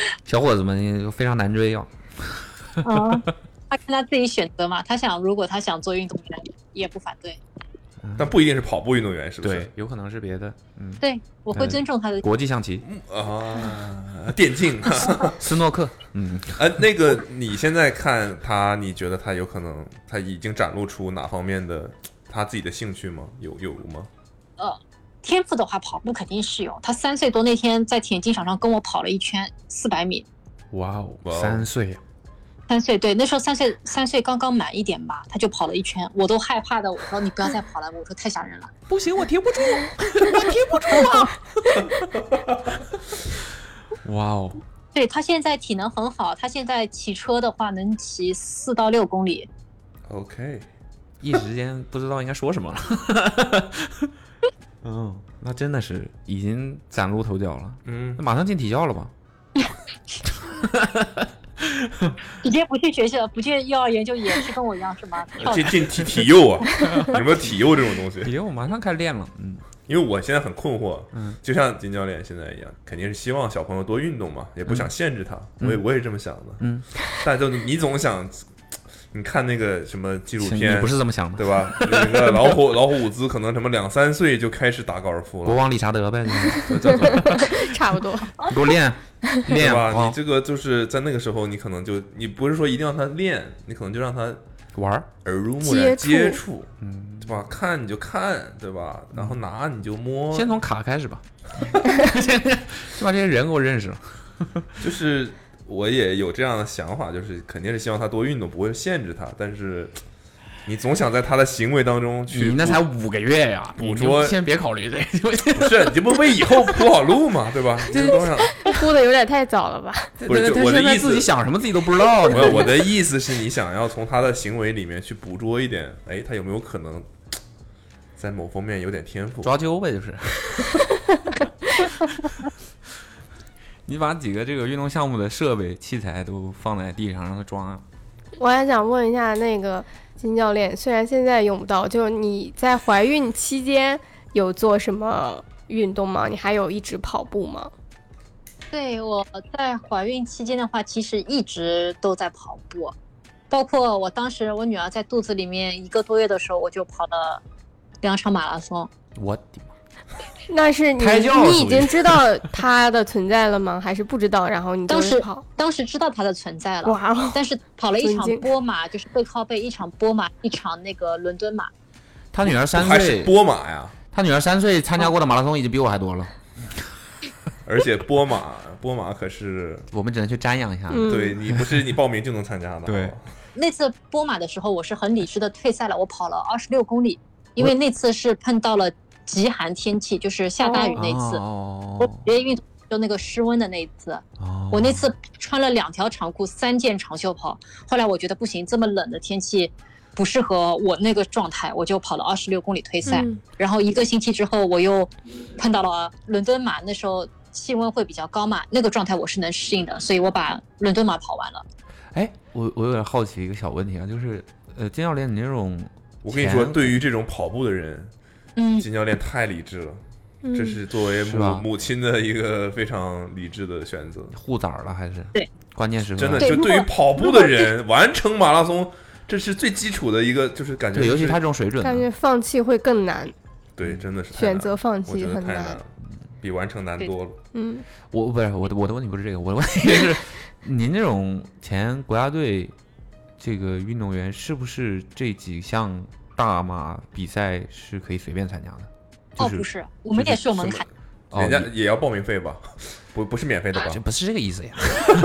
B: *laughs* 小伙子们非常难追啊。
C: 啊，他看他自己选择嘛，他想如果他想做运动员，也不反对。
A: 但不一定是跑步运动员，是不是
B: 对？，有可能是别的。嗯，
C: 对，我会尊重他的。
B: 国际象棋、
A: 嗯啊，
B: *laughs*
A: 电竞 *laughs*
B: 斯诺克。嗯，
A: 呃，那个你现在看他，你觉得他有可能他已经展露出哪方面的他自己的兴趣吗？有有吗？
C: 呃，天赋的话，跑步肯定是有。他三岁多那天在田径场上跟我跑了一圈四百米。
B: 哇哦
A: 哇哦，
B: 三岁啊，
C: 三岁，对，那时候三岁，三岁刚刚满一点吧，他就跑了一圈，我都害怕的。我说你不要再跑了，我说太吓人了。
B: 不行，我停不住，我停不住啊！哇哦，
C: 对他现在体能很好，他现在骑车的话能骑四到六公里。
A: OK，
B: 一时间不知道应该说什么了。 *laughs* 嗯，那真的是已经崭露头角了。
A: 嗯
B: 那，马上进体校了吧？
C: 直接不去学校，不去幼儿园就也是跟我一样是吗？跳
A: 进进体体幼啊， *laughs* 有没有体幼这种东西？
B: 体我哎马上开始练了。嗯，
A: 因为我现在很困惑，
B: 嗯，
A: 就像金教练现在一样，肯定是希望小朋友多运动嘛，也不想限制他，
B: 嗯
A: 我也我也这么想的，
B: 嗯，
A: *laughs* 但就你总想，你看那个什么纪录
B: 行
A: 片，
B: 你不是这么想的。
A: 对吧？那个老虎老虎伍兹可能什么两三岁就开始打高尔夫
B: 国
A: 了，
B: 王理查德呗，你
D: *laughs* 差不 *laughs* 多。
B: 给我 *laughs* 练
A: 对
B: 练
A: 吧？
B: 啊
A: 你！这个就是在那个时候，你可能就你不是说一定让他练，你可能就让他
B: 玩儿，
A: 耳濡目染
D: 接
A: 接
D: 触
A: 触，
E: 嗯，
A: 对吧？看你就看，对吧？然后拿你就摸，
B: 先从卡开始吧， *laughs* 先先把这些人给我认识了。
A: 就是我也有这样的想法，就是肯定是希望他多运动，不会限制他，但是你总想在他的行为当中去
B: 你那
A: 捕
B: 才五个月呀，
A: 捕
B: 你就
A: 捉
B: 先别考虑这 *laughs* 个。
A: 不是，你这不为以后铺好路吗？对吧？你就总想，
D: 哭的有点太早了吧？
A: 不是
B: 对
A: 就
B: 他
A: 我的
B: 现在
A: 意思
B: 自己想什么自己都不知道。
A: 没有，我的意思是你想要从他的行为里面去捕捉一点，哎，他有没有可能在某方面有点天赋？
B: 抓阄呗，就是。 *laughs* 你把几个这个运动项目的设备器材都放在地上让他装啊。
D: 我还想问一下那个金教练，虽然现在用不到，就你在怀孕期间有做什么运动吗？你还有一直跑步吗？
C: 对，我在怀孕期间的话，其实一直都在跑步，包括我当时我女儿在肚子里面一个多月的时候，我就跑了两场马拉松。
B: 我的妈！
D: 那是你
B: 胎教属于
D: 你已经知道它的存在了吗？还是不知道？然后你就
C: 当时
D: 跑？
C: 当时知道它的存在了，
D: 哇哦！
C: 但是跑了一
D: 尊
C: 场
D: 敬
C: 波马，就是背靠背一场波马，一场那个伦敦马。
B: 他女儿三
A: 还是
B: 岁，
A: 波马呀？
B: 他女儿三岁参加过的马拉松已经比我还多了。
A: 而且波马，波马可是
B: 我们只能去瞻仰一下。
D: 嗯
A: 啊对你不是你报名就能参加的。
B: *laughs*
A: 哦
B: 对
C: 那次波马的时候，我是很理智的退赛了，我跑了二十六公里，因为那次是碰到了极寒天气，就是下大雨
D: 哦
C: 那次，我
B: 哦
C: 职业运动就那个湿温的那一次。
B: 哦
C: 我那次穿了两条长裤，三件长袖跑。后来我觉得不行，这么冷的天气不适合我那个状态，我就跑了二十六公里退赛。
D: 嗯
C: 然后一个星期之后，我又碰到了伦敦马，那时候气温会比较高嘛，那个状态我是能适应的，所以我把伦敦马跑完了。
B: 哎，我我有点好奇一个小问题啊，就是呃，金教练，你那种
A: 我跟你说，
B: 前
A: 对于这种跑步的人，
C: 嗯，
A: 金教练太理智了，
D: 嗯
A: 这是作为
B: 是
A: 母
B: 吧
A: 母亲的一个非常理智的选择。
B: 护崽儿了还是
C: 对
B: 关键时刻
A: 真的，
C: 对
A: 就
C: 如果
A: 对于跑步的人完成马拉松，这是最基础的一个，就是感觉
B: 对，尤其
A: 是
B: 他这种水准
D: 感
B: 的
D: 觉放弃会更难，
A: 对，真的是太难
D: 选择放
A: 我
D: 弃
A: 觉得
D: 很
A: 太
D: 难
A: 难。了，比完成难多了。
D: 嗯，
B: 我不是我的我的问题不是这个，我的问题是，您这种前国家队这个运动员，是不是这几项大马比赛是可以随便参加的？
C: 哦，
B: 就是、
C: 不，是，我们
B: 就是
C: 也是有门
A: 什么
C: 槛。
B: 哦、啊
A: 人家也要报名费吧？不，不是免费的吧
B: 这？不是这个意思呀。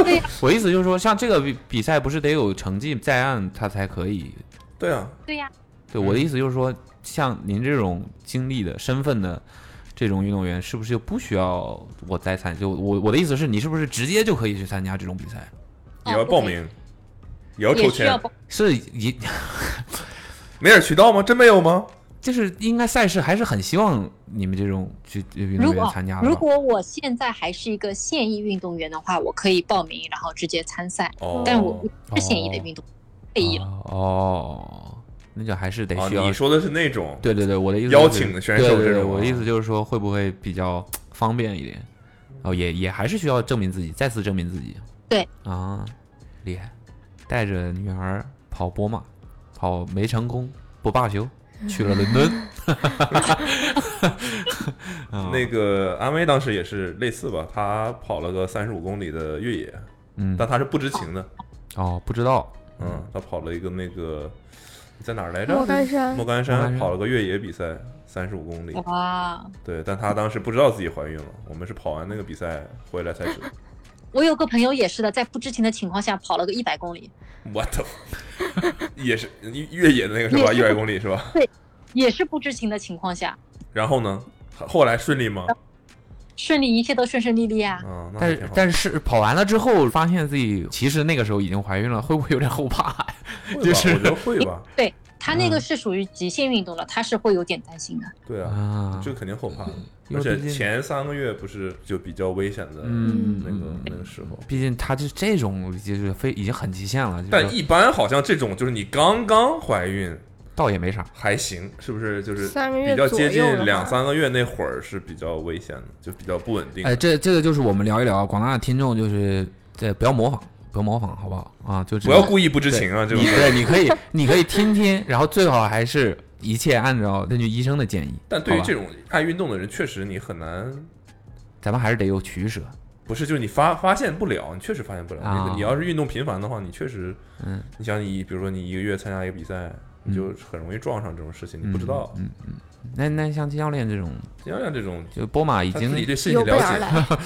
C: 对呀，
B: *laughs* 我意思就是说，像这个比比赛不是得有成绩在案，他才可以。
A: 对啊，
C: 对呀、
B: 对我的意思就是说，像您这种经历的身份的。这种运动员是不是就不需要我再参？就我我的意思是你是不是直接就可以去参加这种比赛？
A: 也要报
C: 哦
A: 名，也要
C: 不可以，
A: 抽
C: 也需要
A: 签，
C: 报。
B: 是一
A: 没点渠道吗？真没有吗？
B: 就是应该赛事还是很希望你们这种去运
C: 如
B: 动员
C: 果
B: 参加的吧。
C: 如果我现在还是一个现役运动员的话，我可以报名，然后直接参赛。
A: 哦，
C: 但我不是现役的运动员，退役了。
B: 哦哦，那就还是得
A: 啊，
B: 需要。
A: 你说的是那种，
B: 对对对，我的意思
A: 邀
B: 就是
A: 请选手
B: 对对
A: 这
B: 对
A: 种
B: 我
A: 啊
B: 的意思就是说会不会比较方便一点？哦，也也还是需要证明自己，再次证明自己。
C: 对
B: 啊，厉害！带着女儿跑波马，跑没成功不罢休，去了伦敦。啊
A: *laughs* 那个安威当时也是类似吧，他跑了个三十五公里的越野，
B: 嗯
A: 但他是不知情的，
B: 哦，不知道
A: 嗯，他跑了一个那个在哪儿来着？
D: 莫干山哦
A: 莫干
B: 莫
A: 山
B: 干山
A: 跑了个越野比赛，三十五公里。
C: 哇，
A: 对，但他当时不知道自己怀孕了，我们是跑完那个比赛回来才知道。
C: 我有个朋友也是的，在不知情的情况下跑了个一百公里，
A: 我操， *laughs* 也是越野的那个是吧？一百公里是吧？
C: 也是不知情的情况下，
A: 然后呢？后来顺利
D: *laughs*
A: 吗？
C: 顺利，一切都顺顺利利啊。
A: 嗯，那
B: 但
A: 还
B: 是
A: 挺好。
B: 但是跑完了之后，发现自己其实那个时候已经怀孕了，会不会有点后怕
A: *laughs*
B: 呀？
A: 会吧
B: 就是
A: 我觉得会
B: *laughs*
A: 吧，
C: 对他那个是属于极限运动了，他是会有点担心的。
A: 对啊，
B: 啊，
A: 这肯定后怕的。
B: 因
A: 而
B: 为
A: 且
B: 毕竟
A: 前三个月不是就比较危险的那
B: 嗯，
A: 个
B: 嗯
A: 那个时候，
B: 毕竟他就这种就是非已经很极限了，就
A: 但
B: 是
A: 一般好像这种就是你刚刚怀孕
B: 倒也没啥。
A: 还行，是不是？就是
D: 三个月
A: 比较接
D: 左右的
A: 近
D: 话
A: 两三个月那会儿是比较危险的，就比较不稳定的。
B: 哎，这这个就是我们聊一聊，广大的听众就是这不要模仿，不要模仿，好不好啊？就这
A: 不
B: 个
A: 要故意不知情啊，这种
B: 你。对，你可以你可以听听，然后最好还是一切按照根据医生的建议。
A: 但对于
B: 好吧
A: 这种爱运动的人，确实你很难
B: 咱们还是得有取舍，
A: 不是，就是你发发现不了，你确实发现不了。
B: 啊
A: 你你要是运动频繁的话，你确实，
B: 嗯，
A: 你想你比如说你一个月参加一个比赛，你就很容易撞上这种事情，你不知道。
B: 嗯嗯。嗯那那像金教练这种，
A: 像像这种，
B: 就波马已
A: 他自己
B: 经
A: 对身体
D: 有备
A: 了解，
D: 而
A: *laughs*
D: 来。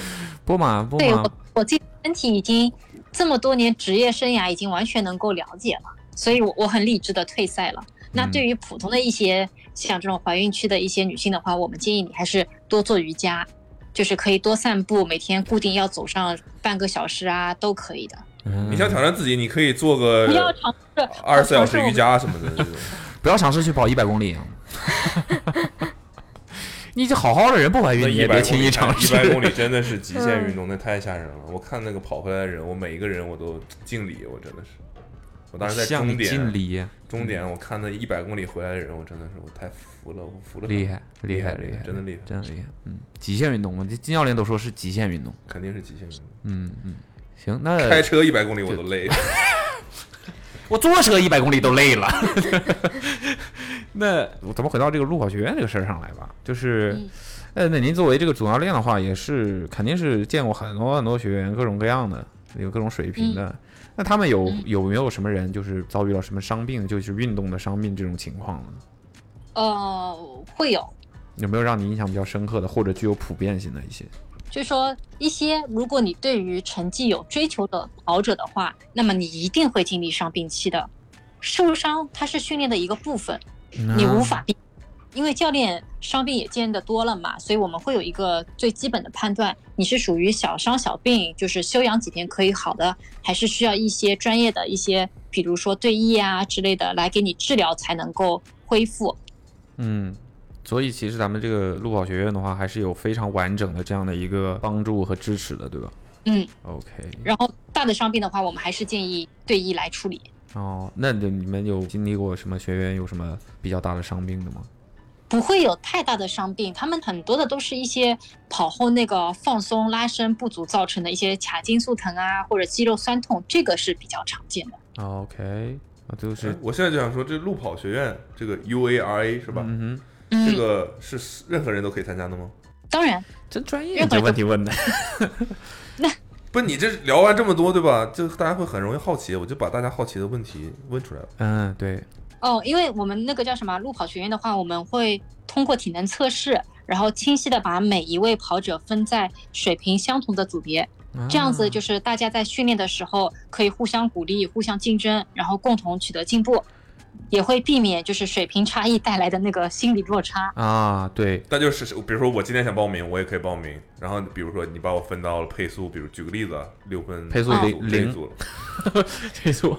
B: 波马波
C: 对
B: 马
C: 我，我自己身体已经这么多年职业生涯已经完全能够了解了，所以我我很理智的退赛了。那
B: 嗯
C: 对于普通的一些像这种怀孕期的一些女性的话，我们建议你还是多做瑜伽，就是可以多散步，每天固定要走上半个小时啊，都可以的。
B: 嗯
A: 你想挑战自己，你可以做个
C: 不要尝试
A: 二十四小时瑜。
C: 尝试我们
A: 伽什么的这
B: *laughs*
A: 种。
B: 不要尝试去跑一百公里。啊 *laughs* 你这好好的人不怀
A: 那
B: 孕，哎你
A: 一
B: 也
A: 百
B: 别
A: 公
B: 轻
A: 里，
B: 易尝
A: 一百公
B: *laughs* 试。
A: 里真的是极
C: 嗯
A: 限运动，那太吓人了。我看那个跑回来的人，我每一个人我都敬礼，我真的是。我当时在
B: 向
A: 终
B: 你敬
A: 点，
B: 礼，
A: 终点我看那一百公里回来的人，我真的是我太服了，我服了他们，
B: 厉害厉害厉害，
A: 真的厉害，
B: 真的厉害。嗯，极限运动，我这金教练都说是极限运动。
A: 肯定是极限运动。
B: 嗯嗯，行，那
A: 开车一百公里我都累，
B: 我坐车一百公里都累了。 *laughs* 那我咱们回到这个路跑学院这个事儿上来吧，就是
C: 嗯，
B: 呃，那您作为这个总教练的话，也是肯定是见过很多很多学员，各种各样的，有各种水平的。那他们有
C: 嗯
B: 有没有什么人就是遭遇了什么伤病，就是运动的伤病这种情况呢？
C: 呃，会有，
B: 有没有让你印象比较深刻的，或者具有普遍性的一些？
C: 就是说一些如果你对于成绩有追求的跑者的话，那么你一定会经历伤病期的。受伤它是训练的一个部分，你
B: 嗯
C: 无法避，因为教练伤病也见得多了嘛，所以我们会有一个最基本的判断，你是属于小伤小病，就是休养几天可以好的，还是需要一些专业的一些，比如说对液啊之类的来给你治疗才能够恢复。
B: 嗯，所以其实咱们这个路跑学院的话，还是有非常完整的这样的一个帮助和支持的，对吧
C: 嗯，
B: ？OK，
C: 然后大的伤病的话，我们还是建议对一来处理。
B: 哦，那你你们有经历过什么学员有什么比较大的伤病的吗？
C: 不会有太大的伤病，他们很多的都是一些跑后那个放松拉伸不足造成的一些髂筋束疼啊，或者肌肉酸痛，这个是比较常见的。
B: OK，啊，就是
A: 我现在就想说，这路跑学院这个 UARA 是吧？
B: 嗯
A: 这
C: 嗯，
A: 个是任何人都可以参加的吗？
C: 当然，
B: 哼，真专业，
C: 任
B: 你
C: 何
B: 这
C: 人
B: 问题问的。
A: 不，你这聊完这么多，对吧？就大家会很容易好奇，我就把大家好奇的问题问出来了。
B: *laughs* 嗯，对，
C: 哦，因为我们那个叫什么路跑学院的话，我们会通过体能测试，然后清晰的把每一位跑者分在水平相同的组别，
B: 啊
C: 这样子就是是大家在训练的时候可以互相鼓励、互相竞争，然后共同取得进步，也会避免就是水平差异带来的那个心理落差。
B: 啊，对，
A: 那就是，比如说我今天想报名，我也可以报名。然后比如说你把我分到了配速，比如举个例子，啊，六分
B: 配速
A: 这一
B: 零
A: 组这一
B: 零
A: 组了，
B: 这是我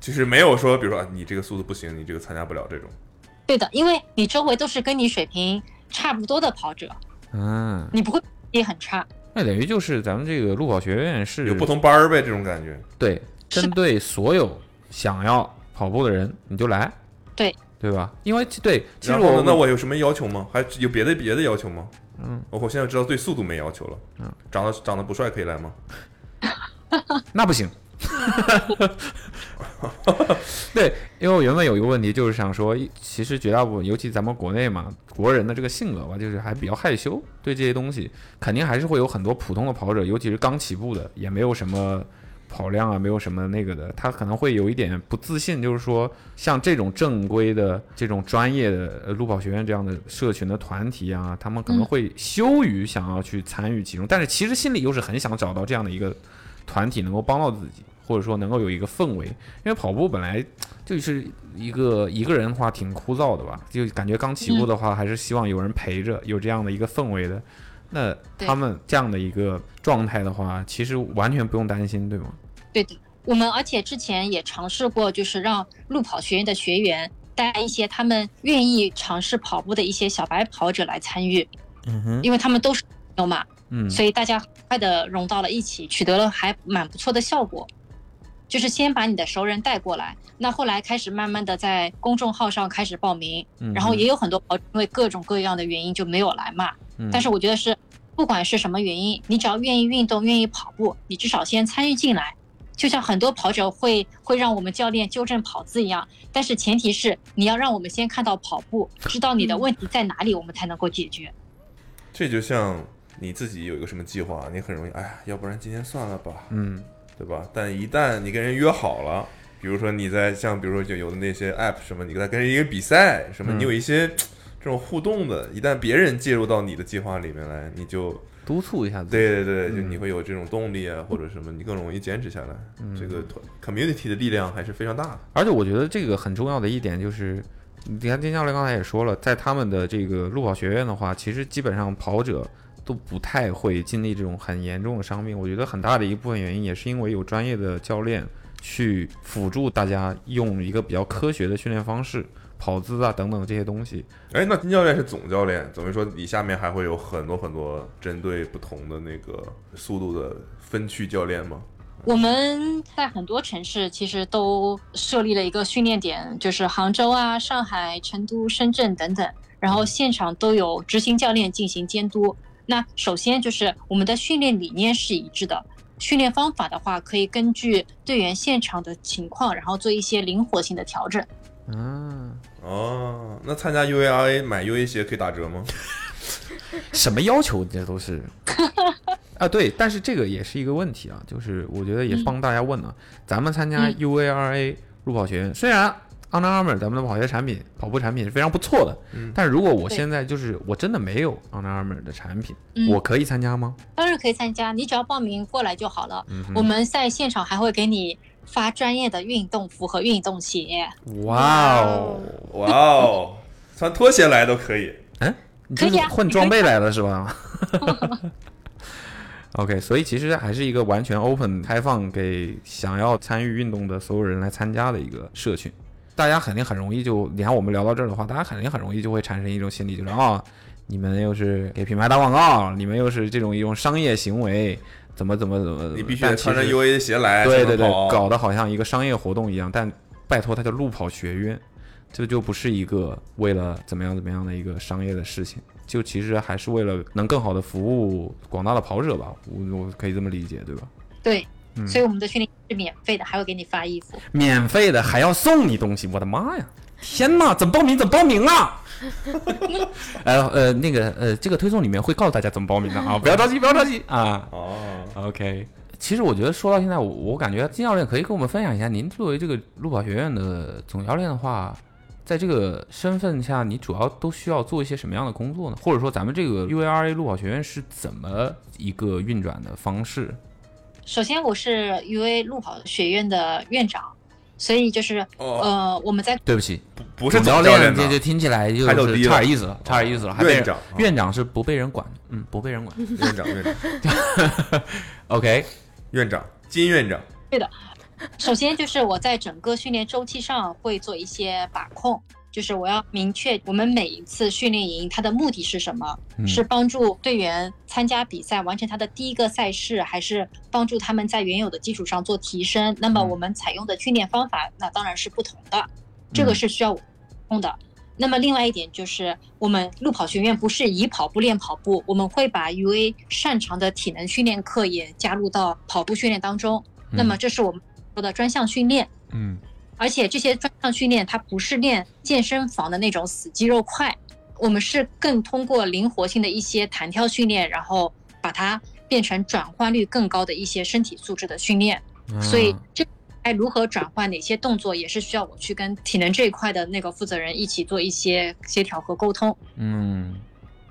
A: 就是没有说，比如说啊你这个速度不行，你这个参加不了这种。
C: 对的，因为你周围都是跟你水平差不多的跑者，
B: 嗯，
C: 你不会也很差。
B: 那等于就是咱们这个路跑学院是
A: 有不同班儿呗，这种感觉。
B: 对，
C: 是
B: 针对所有想要跑步的人，你就来，
C: 对
B: 对吧？因为其对，其实
A: 然后
B: 我
A: 呢那我有什么要求吗？还有别的别的要求吗？
B: 嗯，
A: 我现在知道对速度没要求了。
B: 嗯，
A: 长得长得不帅可以来吗？
B: *laughs* 那不行。对，因为我原本有一个问题，就是想说，其实绝大部分，尤其咱们国内嘛，国人的这个性格吧，就是还比较害羞，对这些东西，肯定还是会有很多普通的跑者，尤其是刚起步的，也没有什么跑量啊，没有什么那个的，他可能会有一点不自信，就是说，像这种正规的、这种专业的呃路跑学院这样的社群的团体啊，他们可能
C: 嗯
B: 会羞于想要去参与其中，但是其实心里又是很想找到这样的一个团体能够帮到自己，或者说能够有一个氛围。因为跑步本来就是一个一个人的话挺枯燥的吧，就感觉刚起步的话，还是希望有人陪
C: 嗯
B: 着，有这样的一个氛围的。那
C: 对
B: 他们这样的一个状态的话，其实完全不用担心，对吗？
C: 对的，我们而且之前也尝试过，就是让路跑学院的学员带一些他们愿意尝试跑步的一些小白跑者来参与，
B: 嗯哼，
C: 因为他们都是朋友嘛，
B: 嗯，
C: 所以大家很快的融到了一起，取得了还蛮不错的效果。就是先把你的熟人带过来，那后来开始慢慢的在公众号上开始报名，
B: 嗯
C: 然后也有很多跑者因为各种各样的原因就没有来嘛。
B: 嗯，
C: 但是我觉得是，不管是什么原因，你只要愿意运动、愿意跑步，你至少先参与进来。就像很多跑者会会让我们教练纠正跑姿一样，但是前提是你要让我们先看到跑步，知道你的问题在哪里，我们才能够解决。
A: 这就像你自己有一个什么计划，你很容易，哎呀，要不然今天算了吧，
B: 嗯，
A: 对吧？但一旦你跟人约好了，比如说你在像比如说就有的那些 app 什么，你在跟人一个比赛什么，
B: 嗯
A: 你有一些嘖这种互动的，一旦别人介入到你的计划里面来，你就
B: 督促一下自己。
A: 对对对，就
B: 嗯
A: 你会有这种动力啊，或者什么，你更容易坚持下来。
B: 嗯
A: 这个团 community 的力量还是非常大的。
B: 而且我觉得这个很重要的一点就是，你看丁教练刚才也说了，在他们的这个路跑学院的话，其实基本上跑者都不太会经历这种很严重的伤病。我觉得很大的一部分原因也是因为有专业的教练去辅助大家用一个比较科学的训练方式，跑姿啊等等这些东西。
A: 哎，那金教练是总教练，等于说你下面还会有很多很多针对不同的那个速度的分区教练吗？
C: 我们在很多城市其实都设立了一个训练点，就是杭州啊、上海、成都、深圳等等，然后现场都有执行教练进行监督。那首先就是我们的训练理念是一致的，训练方法的话可以根据队员现场的情况，然后做一些灵活性的调整。
B: 啊，
A: 哦，那参加 UARA 买 UA 鞋可以打折吗？
B: 什么要求？你这都是啊，对，但是这个也是一个问题啊，就是我觉得也是帮大家问啊，咱们参加
C: 嗯
B: UARA 路跑学院，虽然 Under Armour 咱们的跑鞋产品、跑步产品是非常不错的，
A: 嗯
B: 但是如果我
C: 对
B: 现在就是我真的没有 Under Armour 的产品，
C: 嗯
B: 我可以参加吗？
C: 当然可以参加，你只要报名过来就好了。
B: 嗯
C: 我们在现场还会给你发专业的运动服和运动鞋。
B: 哼，哇哦，
A: 哇哦，穿拖鞋来都可以。
B: 你就是
C: 可以啊
B: 混装备来了是
C: *laughs*
B: 吧 *laughs* ？OK，所以其实还是一个完全 open 开放给想要参与运动的所有人来参加的一个社群。大家肯定很容易就，你看我们聊到这儿的话，大家肯定很容易就会产生一种心理，就是哦，你们又是给品牌打广告，你们又是这种一种商业行为，怎么怎么怎么，
A: 你必须
B: 但
A: 得
B: 其
A: 穿着
B: 实
A: UA 鞋来，
B: 对
A: 才
B: 对
A: 能
B: 对，
A: 跑啊
B: 搞得好像一个商业活动一样，但拜托，它叫路跑学院，这就不是一个为了怎么样怎么样的一个商业的事情，就其实还是为了能更好的服务广大的跑者吧，我我可以这么理解，对吧？
C: 对，
B: 嗯
C: 所以我们的训练是免费的，还会给你发衣服。
B: 免费的还要送你东西，我的妈呀！天呐，怎么报名？怎么报名啊？ *laughs* 呃呃，那个呃，这个推送里面会告诉大家怎么报名的啊，不要着急，不要着急啊。
A: 哦，
B: OK，其实我觉得说到现在，我我感觉金教练可以跟我们分享一下，您作为这个路跑学院的总教练的话，在这个身份下，你主要都需要做一些什么样的工作呢？或者说，咱们这个 UARA 路跑学院是怎么一个运转的方式？
C: 首先，我是 UA 路跑学院的院长，所以就是、
A: 哦
C: 呃，我们在
B: 对不起，
A: 不不是总
B: 教
A: 教练
B: 这
A: 呢
B: 这听起来就
A: 抬头
B: 是
A: 低了
B: 差点意思，了，差点意思了。还被人
A: 院长啊
B: 院长是不被人管的，嗯，不被人管。
A: 院长院长
B: OK，
A: 院长金院长，
C: 首先就是我在整个训练周期上会做一些把控，就是我要明确我们每一次训练营它的目的是什么，
B: 嗯
C: 是帮助队员参加比赛完成他的第一个赛事，还是帮助他们在原有的基础上做提升？那么
B: 嗯
C: 我们采用的训练方法那当然是不同的，这
B: 嗯
C: 个是需要我用的。那么另外一点就是，我们路跑学院不是以跑步练跑步，我们会把 UA 擅长的体能训练课也加入到跑步训练当中。那么这是我们说的专项训练，
B: 嗯
C: 而且这些专项训练它不是练健身房的那种死肌肉块，我们是更通过灵活性的一些弹跳训练，然后把它变成转换率更高的一些身体素质的训练。
B: 嗯
C: 所以这该如何转换哪些动作，也是需要我去跟体能这一块的那个负责人一起做一些协调和沟通。
B: 嗯，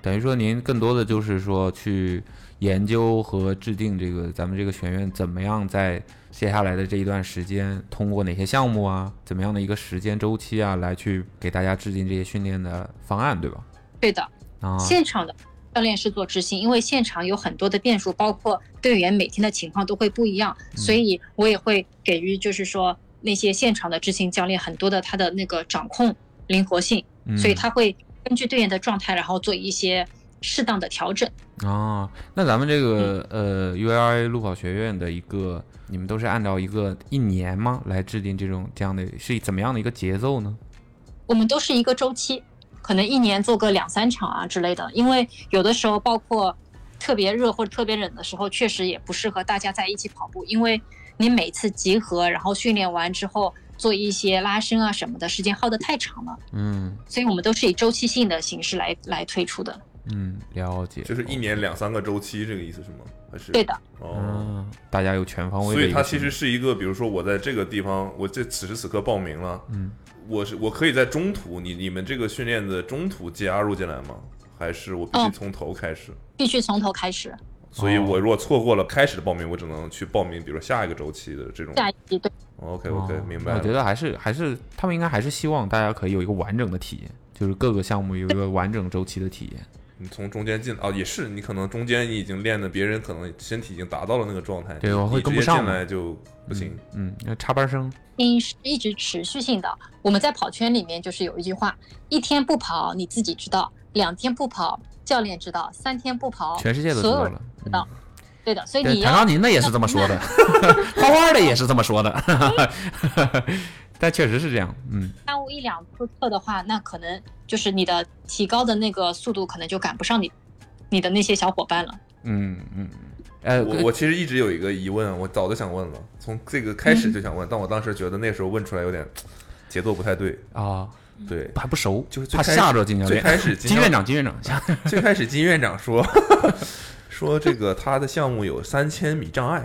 B: 等于说您更多的就是说去研究和制定这个咱们这个学院怎么样在接下来的这一段时间，通过哪些项目啊，怎么样的一个时间周期啊，来去给大家制定这些训练的方案，对吧？
C: 对的，
B: 啊，
C: 现场的教练是做执行，因为现场有很多的变数，包括队员每天的情况都会不一样，
B: 嗯
C: 所以我也会给予就是说那些现场的执行教练很多的他的那个掌控灵活性，
B: 嗯
C: 所以他会根据队员的状态，然后做一些适当的调整。
B: 啊，那咱们这个呃 ULA 路跑学院的一个，你们都是按照一个一年吗来制定这种这样的是怎么样的一个节奏呢？
C: 我们都是一个周期，可能一年做个两三场啊之类的，因为有的时候包括特别热或者特别冷的时候，确实也不适合大家在一起跑步，因为你每次集合，然后训练完之后做一些拉伸啊什么的，时间耗得太长了，
B: 嗯，
C: 所以我们都是以周期性的形式来来推出的。
B: 嗯，了解，
A: 就是一年两三个周期，这个意思是吗？还是
C: 对的，
A: 哦。
B: 嗯，大家有全方位
A: 所
B: 的一个
A: 以
B: 行为，
A: 它其实是一个，比如说我在这个地方，我这此时此刻报名了，
B: 嗯，
A: 我是我可以在中途，你你们这个训练的中途加入进来吗？还是我必须
C: 哦
A: 从头开始？
C: 必须从头开始。
A: 所以
B: 哦
A: 我如果错过了开始的报名，我只能去报名，比如说下一个周期的这种。
C: 下一期对
A: OK OK，
B: 哦
A: 明白
B: 我觉
A: 了。
B: 得还是还是他们应该还是希望大家可以有一个完整的体验，就是各个项目有一个完整周期的体验。
A: 你从中间进哦，也是你可能中间你已经练的，别人可能身体已经达到了那个状态，
B: 对
A: 你
B: 我会
A: 你直
B: 跟不
A: 接
B: 上
A: 进
B: 嘛
A: 来就不行。
B: 嗯，那插班生，
C: 应是一直持续性的。我们在跑圈里面就是有一句话：一天不跑你自己知道，两天不跑教练知道，三天不跑
B: 全世界都知
C: 哦所有
B: 道
C: 人
B: 了。
C: 知道
B: 嗯
C: 对的，所以
B: 对，
C: 你
B: 弹
C: 要
B: 钢琴的也是这么说的， *laughs* 画画的也是这么说的， *laughs* 但确实是这样。嗯，
C: 耽误一两次课的话，那可能就是你的提高的那个速度可能就赶不上你你的那些小伙伴了。
B: 嗯嗯，呃，
A: 我我其实一直有一个疑问，我早就想问了，从这个开
B: 嗯
A: 始就想问，但我当时觉得那时候问出来有点节奏不太对。
B: 啊
A: 对，
B: 还不熟，
A: 就是最
B: 怕
A: 开
B: 吓
A: 始
B: 着金教
A: 最
B: 练。*laughs*
A: 开始
B: 金院长，金院长，吓
A: 最开始金院长说 *laughs* 说这个他的项目有三千米障碍，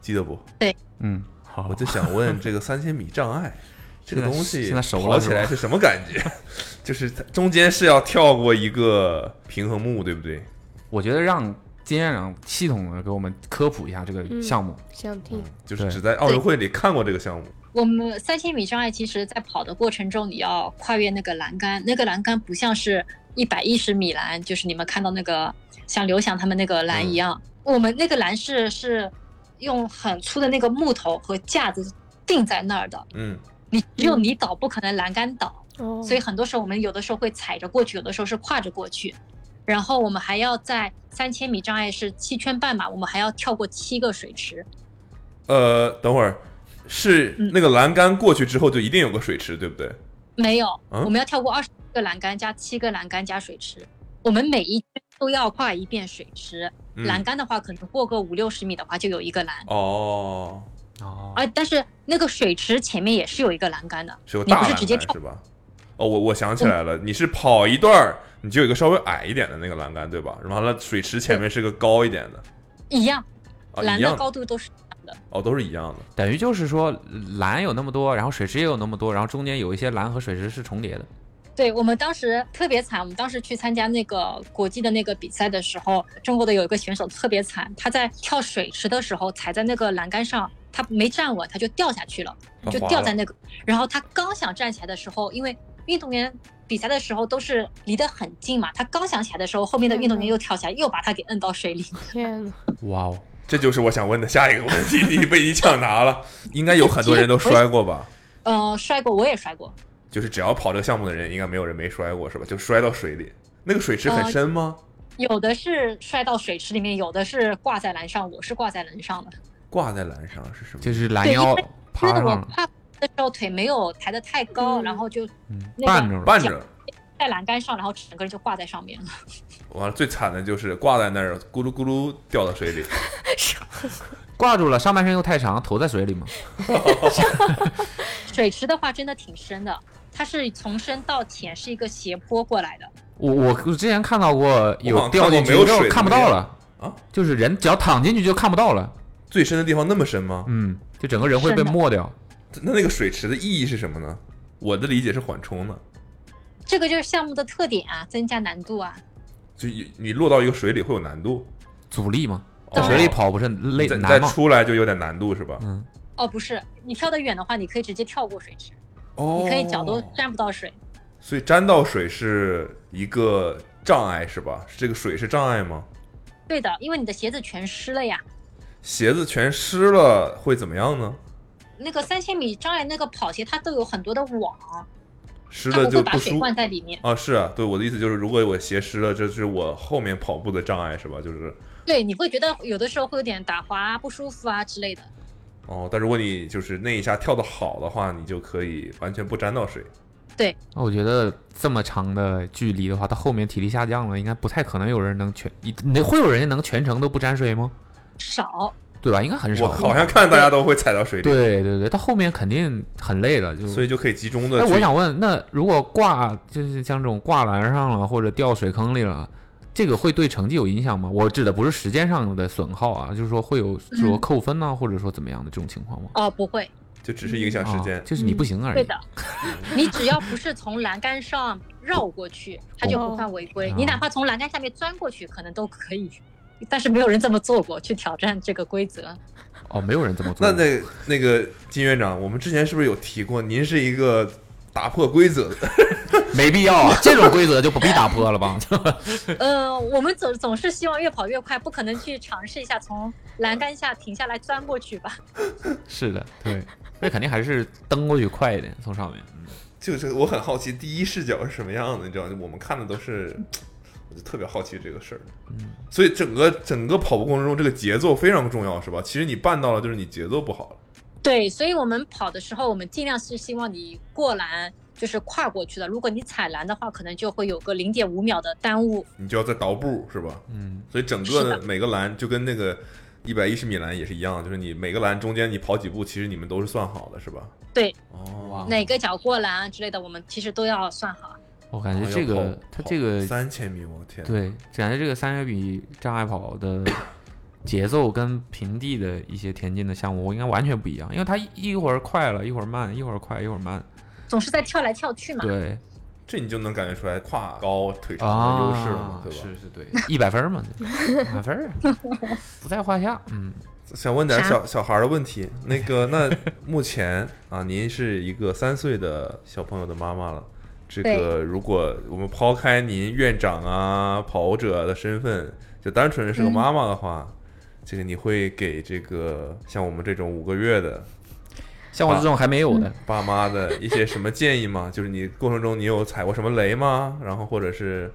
A: 记得不？
B: *laughs* 嗯，好
A: 我，就想问这个三千米
B: *laughs*
A: 障碍。这个
B: 现在
A: 东西
B: 现在熟了
A: 跑起
B: 是吧
A: 来是什么感觉？ *laughs* 就是它中间是要跳过一个平衡木，对不对？
B: 我觉得让金院长系统的给我们科普一下这个
D: 嗯
B: 项目。
D: 想听。
A: 就是
B: 对
A: 只在奥运会里看过这个项目。
C: 我们三千米障碍，其实在跑的过程中，你要跨越那个栏杆，那个栏杆不像是一百一十米栏，就是你们看到那个像刘翔他们那个栏一样，我们那个栏是是用很粗的那个木头和架子定在那儿的，
A: 嗯，
C: 你只有你倒，不可能栏杆倒。
D: 哦，
C: 所以很多时候我们有的时候会踩着过去，有的时候是跨着过去，然后我们还要在三千米障碍是七圈半嘛，我们还要跳过七个水池，
A: 呃，等会儿是
C: 嗯
A: 那个栏杆过去之后就一定有个水池，对不对？
C: 没有，
A: 嗯
C: 我们要跳过二十个栏杆加七个栏杆加水池，我们每一圈都要跨一遍水池。
A: 嗯
C: 栏杆的话，可能过个五六十米的话就有一个栏，
A: 哦，
B: 哦
C: 而但是那个水池前面也是有一个栏杆的，
A: 是有
C: 你不
A: 大
C: 是
A: 栏
C: 直接
A: 杆
C: 跳嗯
A: 是吧？哦，我我想起来了，你是跑一段儿，你就有一个稍微矮一点的那个栏杆，对吧？然后了，水池前面是个高一点的，
C: 一样，
A: 啊，
C: 栏
A: 一
C: 的
A: 样
C: 高
A: 的，
C: 度都是一样的。
A: 哦，都是一样的。
B: 等于就是说，蓝有那么多，然后水池也有那么多，然后中间有一些蓝和水池是重叠的。
C: 对我们当时特别惨，我们当时去参加那个国际的那个比赛的时候，中国的有一个选手特别惨，他在跳水池的时候踩在那个栏杆上，他没站稳，他就掉下去了，
A: 啊
C: 就
A: 滑
C: 掉
A: 了
C: 在那个，然后他刚想站起来的时候，因为运动员。比赛的时候都是离得很近嘛，他刚想起来的时候，后面的运动员又跳起来，又把他给摁到水里。
D: 天呐，
B: 哇哦，
A: 这就是我想问的下一个问题， *laughs* 你被你抢答了。应该有很多人都摔过吧？
C: 呃，摔过，我也摔过，
A: 就是只要跑这个项目的人，应该没有人没摔过是吧？就摔到水里，那个水池
C: 呃
A: 很深吗？
C: 有的是摔到水池里面，有的是挂在栏上，我是挂在栏上的。
A: 挂在栏上是什么？
B: 就是拦腰
C: 对因为
B: 趴
C: 因为我
B: 上，
C: 跨的时候腿没有抬得太高，
D: 嗯
C: 然后就
B: 嗯，
C: 那个
B: 绊着了。
A: 绊着。
C: 在栏杆上，然后整个人就挂在上面了。
A: 完了，最惨的就是挂在那儿，咕噜咕噜掉到水里。
B: 挂住了，上半身又太长，头在水里嘛。
C: 水池的话真的挺深的，它是从深到浅是一个斜坡过来的。
B: 我我之前看到过
A: 我
B: 有
A: 好像看
B: 掉
A: 过
B: 进去，
A: 没有
B: 之后
A: 水的
B: 看不
A: 那
B: 到
A: 个
B: 了
A: 啊，
B: 就是人只要躺进去就看不到了，
A: 最深的地方那么深吗？
B: 嗯，就整个人会被
C: 是的
B: 没掉。
A: 那那个水池的意义是什么呢？我的理解是缓冲的，
C: 这个就是项目的特点啊，增加难度啊。
A: 就你你落到一个水里会有难度，
B: 阻力嘛，
A: 哦
B: 水里跑不是累
A: 你再你再
B: 难吗？
A: 出来就有点难度是吧？
B: 嗯，
C: 哦，不是，你跳得远的话，你可以直接跳过水池，
A: 哦
C: 你可以脚都沾不到水。
A: 所以沾到水是一个障碍是吧？这个水是障碍吗？
C: 对的，因为你的鞋子全湿了呀。
A: 鞋子全湿了会怎么样呢？
C: 那个三千米障碍那个跑鞋，它都有很多的网，
A: 湿
C: 它
A: 了
C: 不
A: 就
C: 会把水
A: 舒
C: 灌在里面。
A: 啊，是啊，对我的意思就是，如果我鞋湿了，这是我后面跑步的障碍是吧？就是
C: 对，你会觉得有的时候会有点打滑、不舒服啊之类的。
A: 哦，但如果你就是那一下跳得好的话，你就可以完全不沾到水。
B: 那我觉得这么长的距离的话，到后面体力下降了，应该不太可能有人能全，一那会有人能全程都不沾水吗？
C: 少，
B: 对吧？应该很
A: 我
B: 少。
A: 好像看大家都会踩到水里，
B: 对对对，到后面肯定很累了，就
A: 所以就可以集中的
B: 哎，
A: 去。
B: 我想问，那如果挂就是像这种挂栏上了，或者掉水坑里了，这个会对成绩有影响吗？我指的不是时间上的损耗啊，就是说会有
C: 嗯
B: 说扣分呐、啊或者说怎么样的这种情况吗？
C: 哦，不会，
A: 就只是影响时间
B: 啊，。就是你不行而已。
C: 对嗯的，
A: 哎
C: 你只要不是从栏杆上绕过去，它就不算违规。
B: 哦
C: 你哪怕从栏杆下面钻过去，可能都可以。但是没有人这么做过，去挑战这个规则。
B: 哦，没有人这么做。
A: 那那那个金院长，我们之前是不是有提过，您是一个打破规则的？
B: 没必要啊，这种规则就不必打破了
A: *laughs*
B: 吧？ *laughs*
C: 呃，我们总总是希望越跑越快，不可能去尝试一下从栏杆下停下来钻过去吧？
B: 是的，对，那肯定还是蹬过去快一点，从上面。嗯
A: 就是我很好奇，第一视角是什么样的，你知道吗？我们看的都 *laughs* 是，我就特别好奇这个事儿。所以整个整个跑步过程中，这个节奏非常重要，是吧？其实你绊到了，就是你节奏不好了。
C: 对，所以我们跑的时候，我们尽量是希望你过栏，就是跨过去的。如果你踩栏的话，可能就会有个零点五秒的耽误。
A: 你就要再倒步，是吧？
B: 嗯，
A: 所以整个
C: 是
A: 的每个栏就跟那个一百一十米栏也是一样，就是你每个栏中间你跑几步，其实你们都是算好的，是吧？
C: 对，
A: 哦，
C: 哪个脚过栏之类的，我们其实都要算好。
B: 我感觉
A: 哦
B: 哎这
A: 要
B: 个
A: 跑
B: 它
A: 跑
B: 这个
A: 三千米，我的天，，
B: 对，感觉这个三百米障碍跑的 *coughs* 节奏跟平地的一些田径的项目，我应该完全不一样，因为它一一会儿快了，一会儿慢，一会儿快，一会儿慢。
C: 总是在跳来跳去嘛。
B: 对
A: 这你就能感觉出来胯高腿长的优
B: 啊，
A: 势了嘛，对吧
B: 是？是，对，一百分儿嘛，满分儿啊不在话下。嗯，
A: 想问点
C: 啥
A: 小小孩儿的问题，那个那目前啊，您是一个三岁的小朋友的妈妈了。这个，
C: 对
A: 如果我们抛开您院长啊、跑者的身份，就单纯是个
C: 嗯
A: 妈妈的话，这个你会给这个像我们这种五个月的
B: 像我
A: 啊
B: 这种还没有的，
A: 爸妈的一些什么建议吗？ *laughs* 就是你过程中你有踩过什么雷吗？然后或者是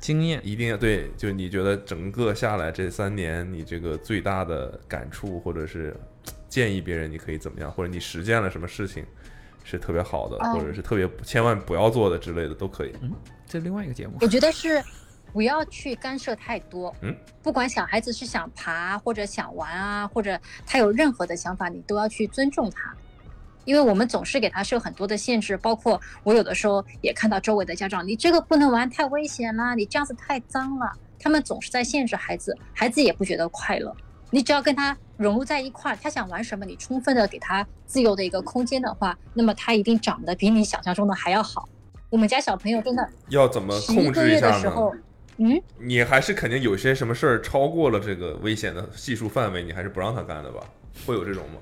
B: 经验
A: 一定要对，就是你觉得整个下来这三年，你这个最大的感触，或者是嘖建议别人你可以怎么样，或者你实践了什么事情是特别好的，
C: 嗯
A: 或者是特别千万不要做的之类的都可以。
B: 这另外一个节目
C: 我觉得是不要去干涉太多。
A: 嗯，
C: 不管小孩子是想爬或者想玩啊，或者他有任何的想法，你都要去尊重他。因为我们总是给他设很多的限制，包括我有的时候也看到周围的家长，你这个不能玩，太危险啦，你这样子太脏了。他们总是在限制孩子，孩子也不觉得快乐。你只要跟他融入在一块儿，他想玩什么，你充分的给他自由的一个空间的话，那么他一定长得比你想象中的还要好。我们家小朋友真的
A: 要怎么
C: 十一
A: 控
C: 个
A: 制一
C: 月的
A: 下
C: 时
A: 呢？
C: 候，嗯，
A: 你还是肯定有些什么事儿超过了这个危险的系数范围，你还是不让他干的吧？会有这种吗？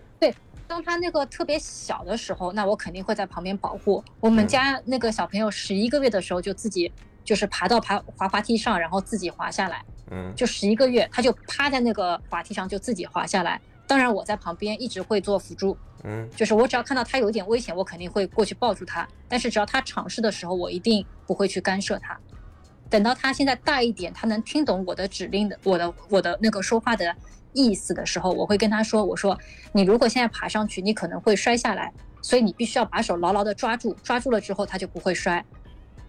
C: 当他那个特别小的时候，那我肯定会在旁边保护。我们家那个小朋友十一个月的时候就自己就是爬到爬滑滑梯上，然后自己滑下来，
A: 嗯，
C: 就十一个月，他就趴在那个滑梯上就自己滑下来。当然我在旁边一直会做辅助，
A: 嗯，
C: 就是我只要看到他有一点危险，我肯定会过去抱住他。但是只要他尝试的时候，我一定不会去干涉他。等到他现在大一点，他能听懂我的指令的，我的我的那个说话的意思的时候，我会跟他说：“我说你如果现在爬上去，你可能会摔下来，所以你必须要把手牢牢的抓住，抓住了之后他就不会摔。”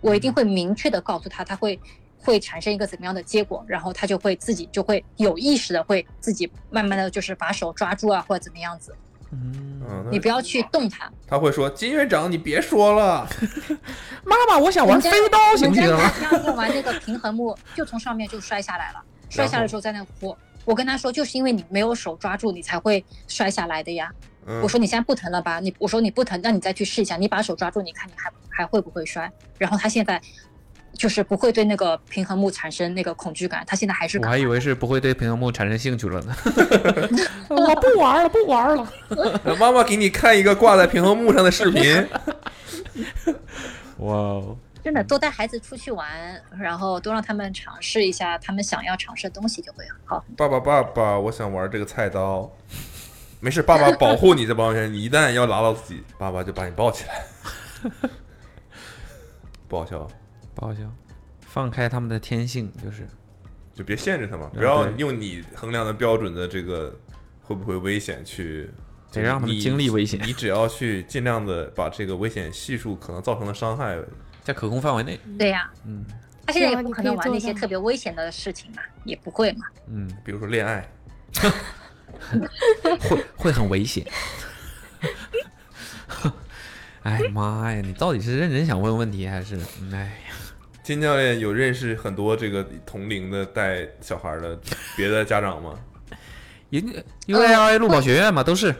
C: 我一定会明确的告诉他，他会会产生一个怎么样的结果，然后他就会自己就会有意识的会自己慢慢的就是把手抓住啊，或者怎么样子，
B: 嗯
A: 嗯那
C: 你不要去动他。
A: 他会说金院长，你别说了，
B: 妈妈，我想
C: 我
B: 啊玩
C: 们家
B: 飞刀，行不啊行
C: 我？们家那天玩那个平衡木， *laughs* 就从上面就摔下来了，摔下来之后在那哭。我跟他说，就是因为你没有手抓住，你才会摔下来的呀。
A: 嗯
C: 我，说你现在不疼了吧？你我说你不疼，那你再去试一下，你把手抓住，你看你还还会不会摔？然后他现在就是不会对那个平衡木产生那个恐惧感，他现在还是
B: 我
C: 敢
B: 还以为是不会对平衡木产生兴趣了呢。 *laughs* 我不玩了，不玩了。
A: 嗯妈妈给你看一个挂在平衡木上的视频。
B: 哇哦，
C: 真的多带孩子出去玩，然后多让他们尝试一下他们想要尝试的东西，就会好。
A: 爸爸，爸爸，我想玩这个菜刀。没事，爸爸保护你这帮人，你一旦要拿到自己，爸爸就把你抱起来。 *laughs* 不好笑，
B: 不好笑，放开他们的天性就是。
A: 就别限制他嘛，
B: 对
A: 不要用你衡量的标准的这个会不会危险去，
B: 得让他们
A: 你
B: 经历危险
A: 你只要去尽量的把这个危险系数可能造成的伤害，
B: 在可控范围内，
C: 对呀、
B: 嗯
C: 他现在
D: 是
C: 也
D: 啊
C: 不
D: 你
C: 可
D: 可以
C: 能玩
D: 做
C: 那些
D: 到
C: 特别危险的事情嘛，也不会嘛。
B: 嗯，
A: 比如说恋爱，
B: 会会很危险。 *laughs* 哎妈呀，你到底是认真想问问题还是？嗯哎呀，
A: 金教练有认识很多这个同龄的带小孩的别的家长吗？
B: 人家 U I L A 路跑学院嘛，都是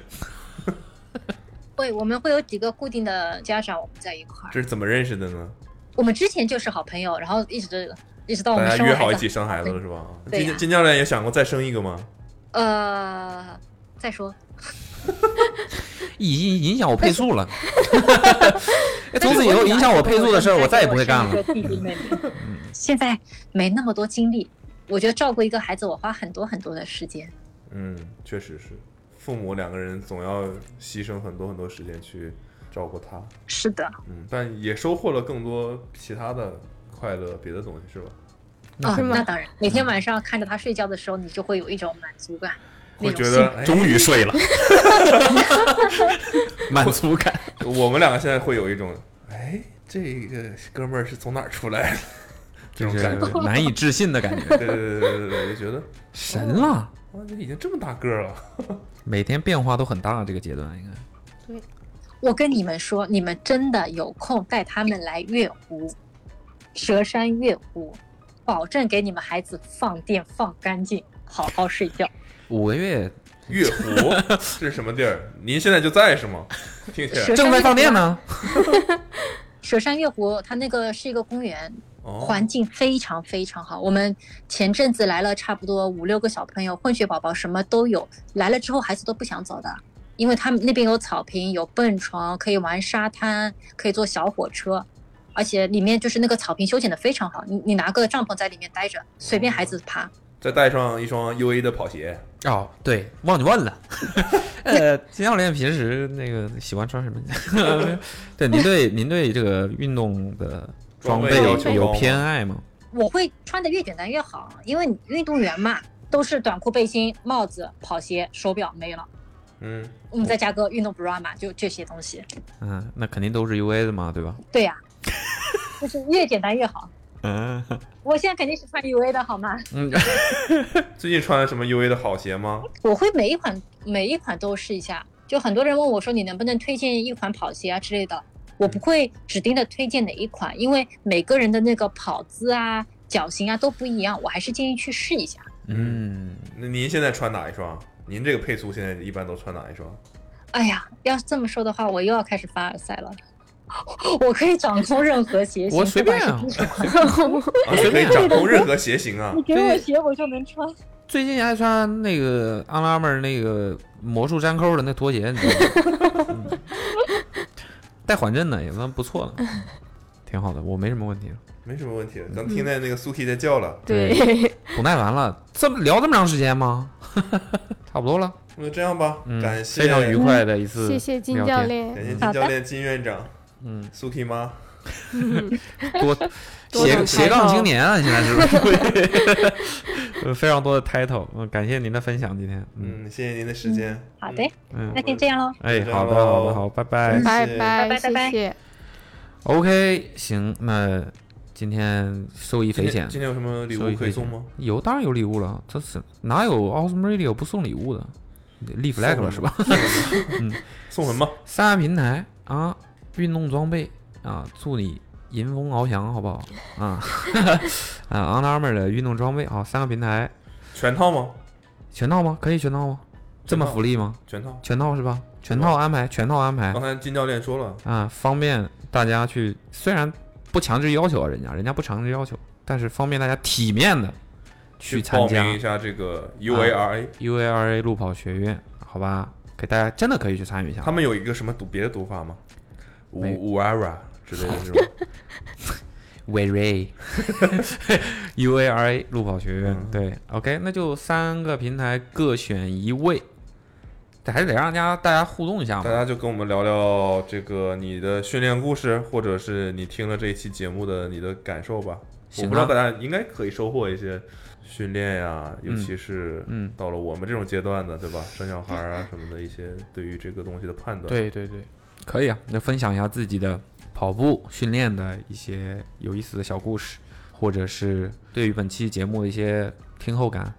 C: 会，我们会有几个固定的家长，我们在一块儿。
A: 这是怎么认识的呢？
C: 我们之前就是好朋友，然后一直一直到我
A: 大
C: 们
A: 家
C: 生
A: 约
C: 完
A: 好
C: 孩
A: 一
C: 子
A: 起生孩子了是吧？
C: 对呀
A: 金金教练也想过再生一个吗？
C: 呃，再说，
B: 已经影响我配速了。哎
C: 但
B: 从
C: 是
B: 此以
C: 我
B: 后
C: 女儿
B: 影响我
C: 现在
B: 配速的事儿，
C: 给
B: 我再也
C: 生
B: 不会干了 *laughs*
C: 一。个弟弟妹妹嗯现在没那么多精力，我觉得照顾一个孩子，我花很多很多的时间。
A: 嗯，确实是，父母两个人总要牺牲很多很多时间去照顾他，
C: 是的，
A: 嗯，但也收获了更多其他的快乐，别的东西是吧？
B: 那
C: 啊、
B: 肯定
C: 那当然，每天晚上看着他睡觉的时候，你就会有一种满足感，
A: 会
C: 那种
A: 觉
C: 幸
A: 得
C: 福
A: 哎，
B: 终于睡了， *laughs* 满足感。
A: 我们两个现在会有一种，哎，这个哥们儿是从哪儿出来的这
B: 就
A: 种
B: 是
A: 感觉？
B: 难以置信的感觉，
A: 对对对对对对，就觉得
B: 神了！
A: 哇，你已经这么大个
B: *laughs*
A: 儿了，
B: 每天变化都很大，这个阶段应该。
C: 我跟你们说，你们真的有空带他们来月湖，蛇山月湖，保证给你们孩子放电放干净，好好睡觉。
B: 五个月
A: 月湖这是什么地儿？您现在就在是吗？听起来
C: 蛇
B: 正
C: 山
B: 在
C: 月
B: 放
C: 湖
B: 电
C: 啊。
B: 呢，
C: 蛇山月湖它那个是一个公园，
A: 哦，
C: 环境非常非常好。我们前阵子来了差不多五六个小朋友，混血宝宝什么都有。来了之后，孩子都不想走的，因为他们那边有草坪、有蹦床，可以玩沙滩，可以坐小火车，而且里面就是那个草坪修剪的非常好。你你拿个帐篷在里面待着，随便孩子爬。
A: 再带上一双 U A 的跑鞋，
B: 哦，对，忘记问了。 *laughs* 呃，金教练平时那个喜欢穿什么？ *laughs* 对，您对您对这个运动的装备
A: 装备
B: 有
A: 要求高
B: 有
A: 吗
B: 偏爱吗？
C: 我会穿的越简单越好，因为你运动员嘛，都是短裤、背心、帽子、跑鞋、手表没了，
A: 嗯，
C: 我们再加个运动 bra 嘛，就这些东西。
B: 嗯，那肯定都是 U A 的嘛，对吧？
C: 对呀、 *laughs* 就是越简单越好。
B: 嗯
C: 我现在肯定是穿 UA 的好吗？
B: 嗯，
A: 最近穿了什么 U A 的好鞋吗？
C: 我会每一款每一款都试一下。就很多人问我说，你能不能推荐一款跑鞋啊之类的？我不会指定的推荐哪一款，因为每个人的那个跑姿啊、脚型啊都不一样，我还是建议去试一下。
B: 嗯，
A: 那您现在穿哪一双？您这个配速现在一般都穿哪一双？啊
C: 哎呀，要是这么说的话，我又要开始凡尔赛了。 *laughs* 我可以掌控任何鞋型，
B: 我随便
C: 不
B: 啊
C: 管是
A: 啊，你可以掌控任何鞋型啊
C: 你！给我鞋，我就能穿。
B: 最近还穿那个阿拉妹儿那个魔术粘扣的那拖鞋，你知道吗？嗯带缓震的也算不错了，嗯挺好的，我没什么问题了。
A: 没什么问题的，咱听见那个苏 K 在叫了，
D: *laughs* *laughs* 对，
B: 不耐烦了，这么聊这么长时间吗？ *laughs* 差不多了，
A: 那就这样吧，
B: 嗯，
A: 感谢
B: 非常愉快的一次，
D: 嗯谢谢金教，练，
A: 感谢金
C: 好的
A: 教练、金院长、
B: 嗯，
A: 苏 K 妈，
D: *laughs*
B: 多
D: 多
B: 斜
D: 种
B: 斜杠
D: title
B: 青年啊，现在是不是？ *laughs* 呃，非常多的 title，嗯，感谢您的分享，今天，嗯
A: 嗯，谢谢您的时间，
C: 好的，
B: 嗯
C: 那，先这样喽。
B: 哎，好的，好的，好，拜拜。
D: 拜
A: 哎谢谢哎
C: 拜拜
D: 谢
C: 拜
D: 谢。
B: OK，行，那今天受益匪浅
A: 今天今，天有什么礼
B: 受益
A: 物可
B: 匪浅
A: 以送吗？？
B: 有，当然有礼物了，这是哪有 Awesome Radio 不送礼物的？立 flag 了是吧？ *laughs*
A: 送什么？
B: 三大平台啊，运动装备啊，祝你迎风翱翔，好不好？啊 *laughs* 啊，Under Armour 的运动装备啊，三个平台
A: 全套吗？
B: 全套吗？可以全套吗？这么
A: 全套
B: 福利吗？
A: 全套。
B: 全套是吧？全
A: 全套哦
B: 套安排，全套安排
A: 刚才金教练说了，
B: 啊，方便大家去，虽然不强制要求啊，人家人家不强制要求，但是方便大家体面的去参
A: 报
B: 加啊
A: 名一下这个 UARA，
B: UARA 路跑学院，好吧？给大家真的可以去参与一下。
A: 他们有一个什么读别的读法吗？五
B: 没
A: 五 ara 之类的这
B: *laughs*
A: 种。
B: Very *laughs* U A R A 路跑学院，
A: 嗯
B: 对，OK，那就三个平台各选一位，但还是得让大家大家互动一下
A: 大
B: 嘛。
A: 家就跟我们聊聊这个你的训练故事，或者是你听了这一期节目的你的感受吧。我
B: 行
A: 不知道
B: 啊
A: 大，家应该可以收获一些训练呀、尤其是
B: 嗯，
A: 到了我们这种阶段的，对吧？生小孩啊什么的一些对于这个东西的判断。，
B: 对对对，可以啊，那分享一下自己的跑步训练的一些有意思的小故事，或者是对于本期节目的一些听后 *laughs* 感，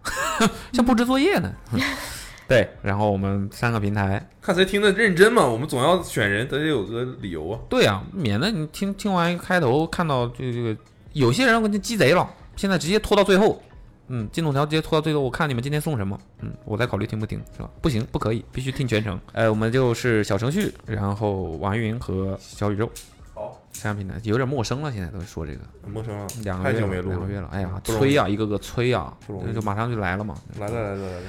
B: 像布置作业呢。 *laughs* 对，然后我们三个平台
A: 看谁听得认真嘛，我们总要选人，得有个理由啊。
B: 对啊，免得你听听完开头看到这这个有些人我就鸡贼了，现在直接拖到最后，嗯，进度条直接拖到最后，我看你们今天送什么，嗯，我再考虑听不听，是吧？不行，不可以，必须听全程。呃，我们就是小程序，然后网易云和小宇宙
A: 好，
B: 三个平台，有点陌生了，现在都说这个
A: 陌生啊，
B: 两个
A: 太
B: 月
A: 久
B: 了
A: 没录
B: 两个
A: 了，
B: 月了，哎呀，
A: 不容易
B: 催啊，一个个催啊
A: 不，容易
B: 那就马上就来了嘛。
A: 来来来来来来，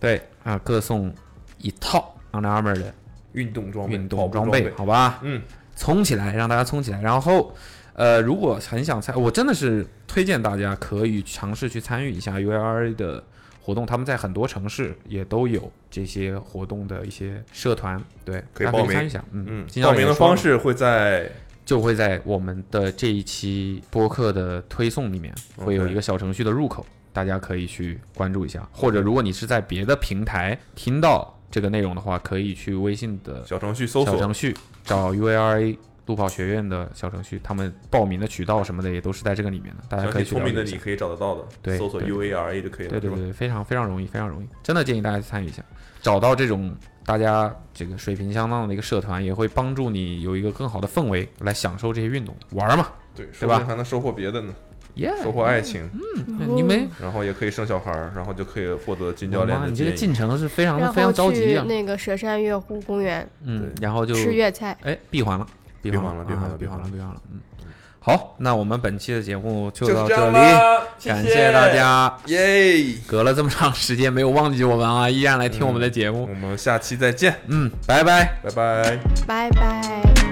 B: 对啊，各送一套 Under Armour 的
A: 运动装备，
B: 运
A: 跑
B: 动
A: 步
B: 装
A: 装
B: 备，好吧？
A: 嗯，
B: 冲起来，让大家冲起来。然后，呃，如果很想参，我真的是推荐大家可以尝试去参与一下 ULRA 的活动，他们在很多城市也都有这些活动的一些社团，对，
A: 可以
B: 大家
A: 报名
B: 参与一下。嗯
A: 嗯，，
B: 今天
A: 报名的方
B: 式。
A: 式会在
B: 就会在我们的这一期播客的推送里面
A: OK
B: 会有一个小程序的入口，大家可以去关注一下。或者如果你是在别的平台听到这个内容的话，可以去微信的
A: 小程序搜
B: 小
A: 索
B: 程序找 UARA 路跑学院的小程序，他们报名的渠道什么的也都是在这个里面的，大
A: “
B: 家可以去
A: 聪明的
B: 了解一
A: 你
B: 下
A: 可以找得到的，
B: 对
A: 搜索
B: 对
A: U A R A 就可以了，
B: 对对
A: 是吧
B: 对，非常非常容易，非常容易，真的建议大家去参与一下，找到这种大家这个水平相当的一个社团，也会帮助你有一个更好的氛围来享受这些运动，玩儿嘛，
A: 对，
B: 对嗯
A: 说不
B: 吧
A: 定还能收获别的呢，
B: 耶、
A: 收获爱情，
D: 嗯
B: 你没
A: 然后也可以生小孩儿，然后就可以获得金教
B: 我
A: 练
B: 妈
A: 的
B: 你这
A: 建
B: 个
A: 议。
B: 进程是非常
D: 然
B: 非
D: 后
B: 常着急
D: 去
B: 啊。
D: 那个蛇山月湖公园
B: 嗯，
A: 对
B: 然后就
D: 吃粤菜。
B: 哎闭环了，闭
A: 环了闭环了
B: 闭
A: 闭
B: 环
A: 环
B: 了，
A: 了
B: 闭环了。嗯，好，那我们本期的节目就到
A: 是样
B: 里，
A: 啦，
B: 感谢大，家。
A: 耶！
B: 隔了这么长时间没有忘记我们啊，依然来听我们的节目。
A: 我们下期再见，
B: 嗯，拜拜。
A: 拜拜。
D: 拜拜。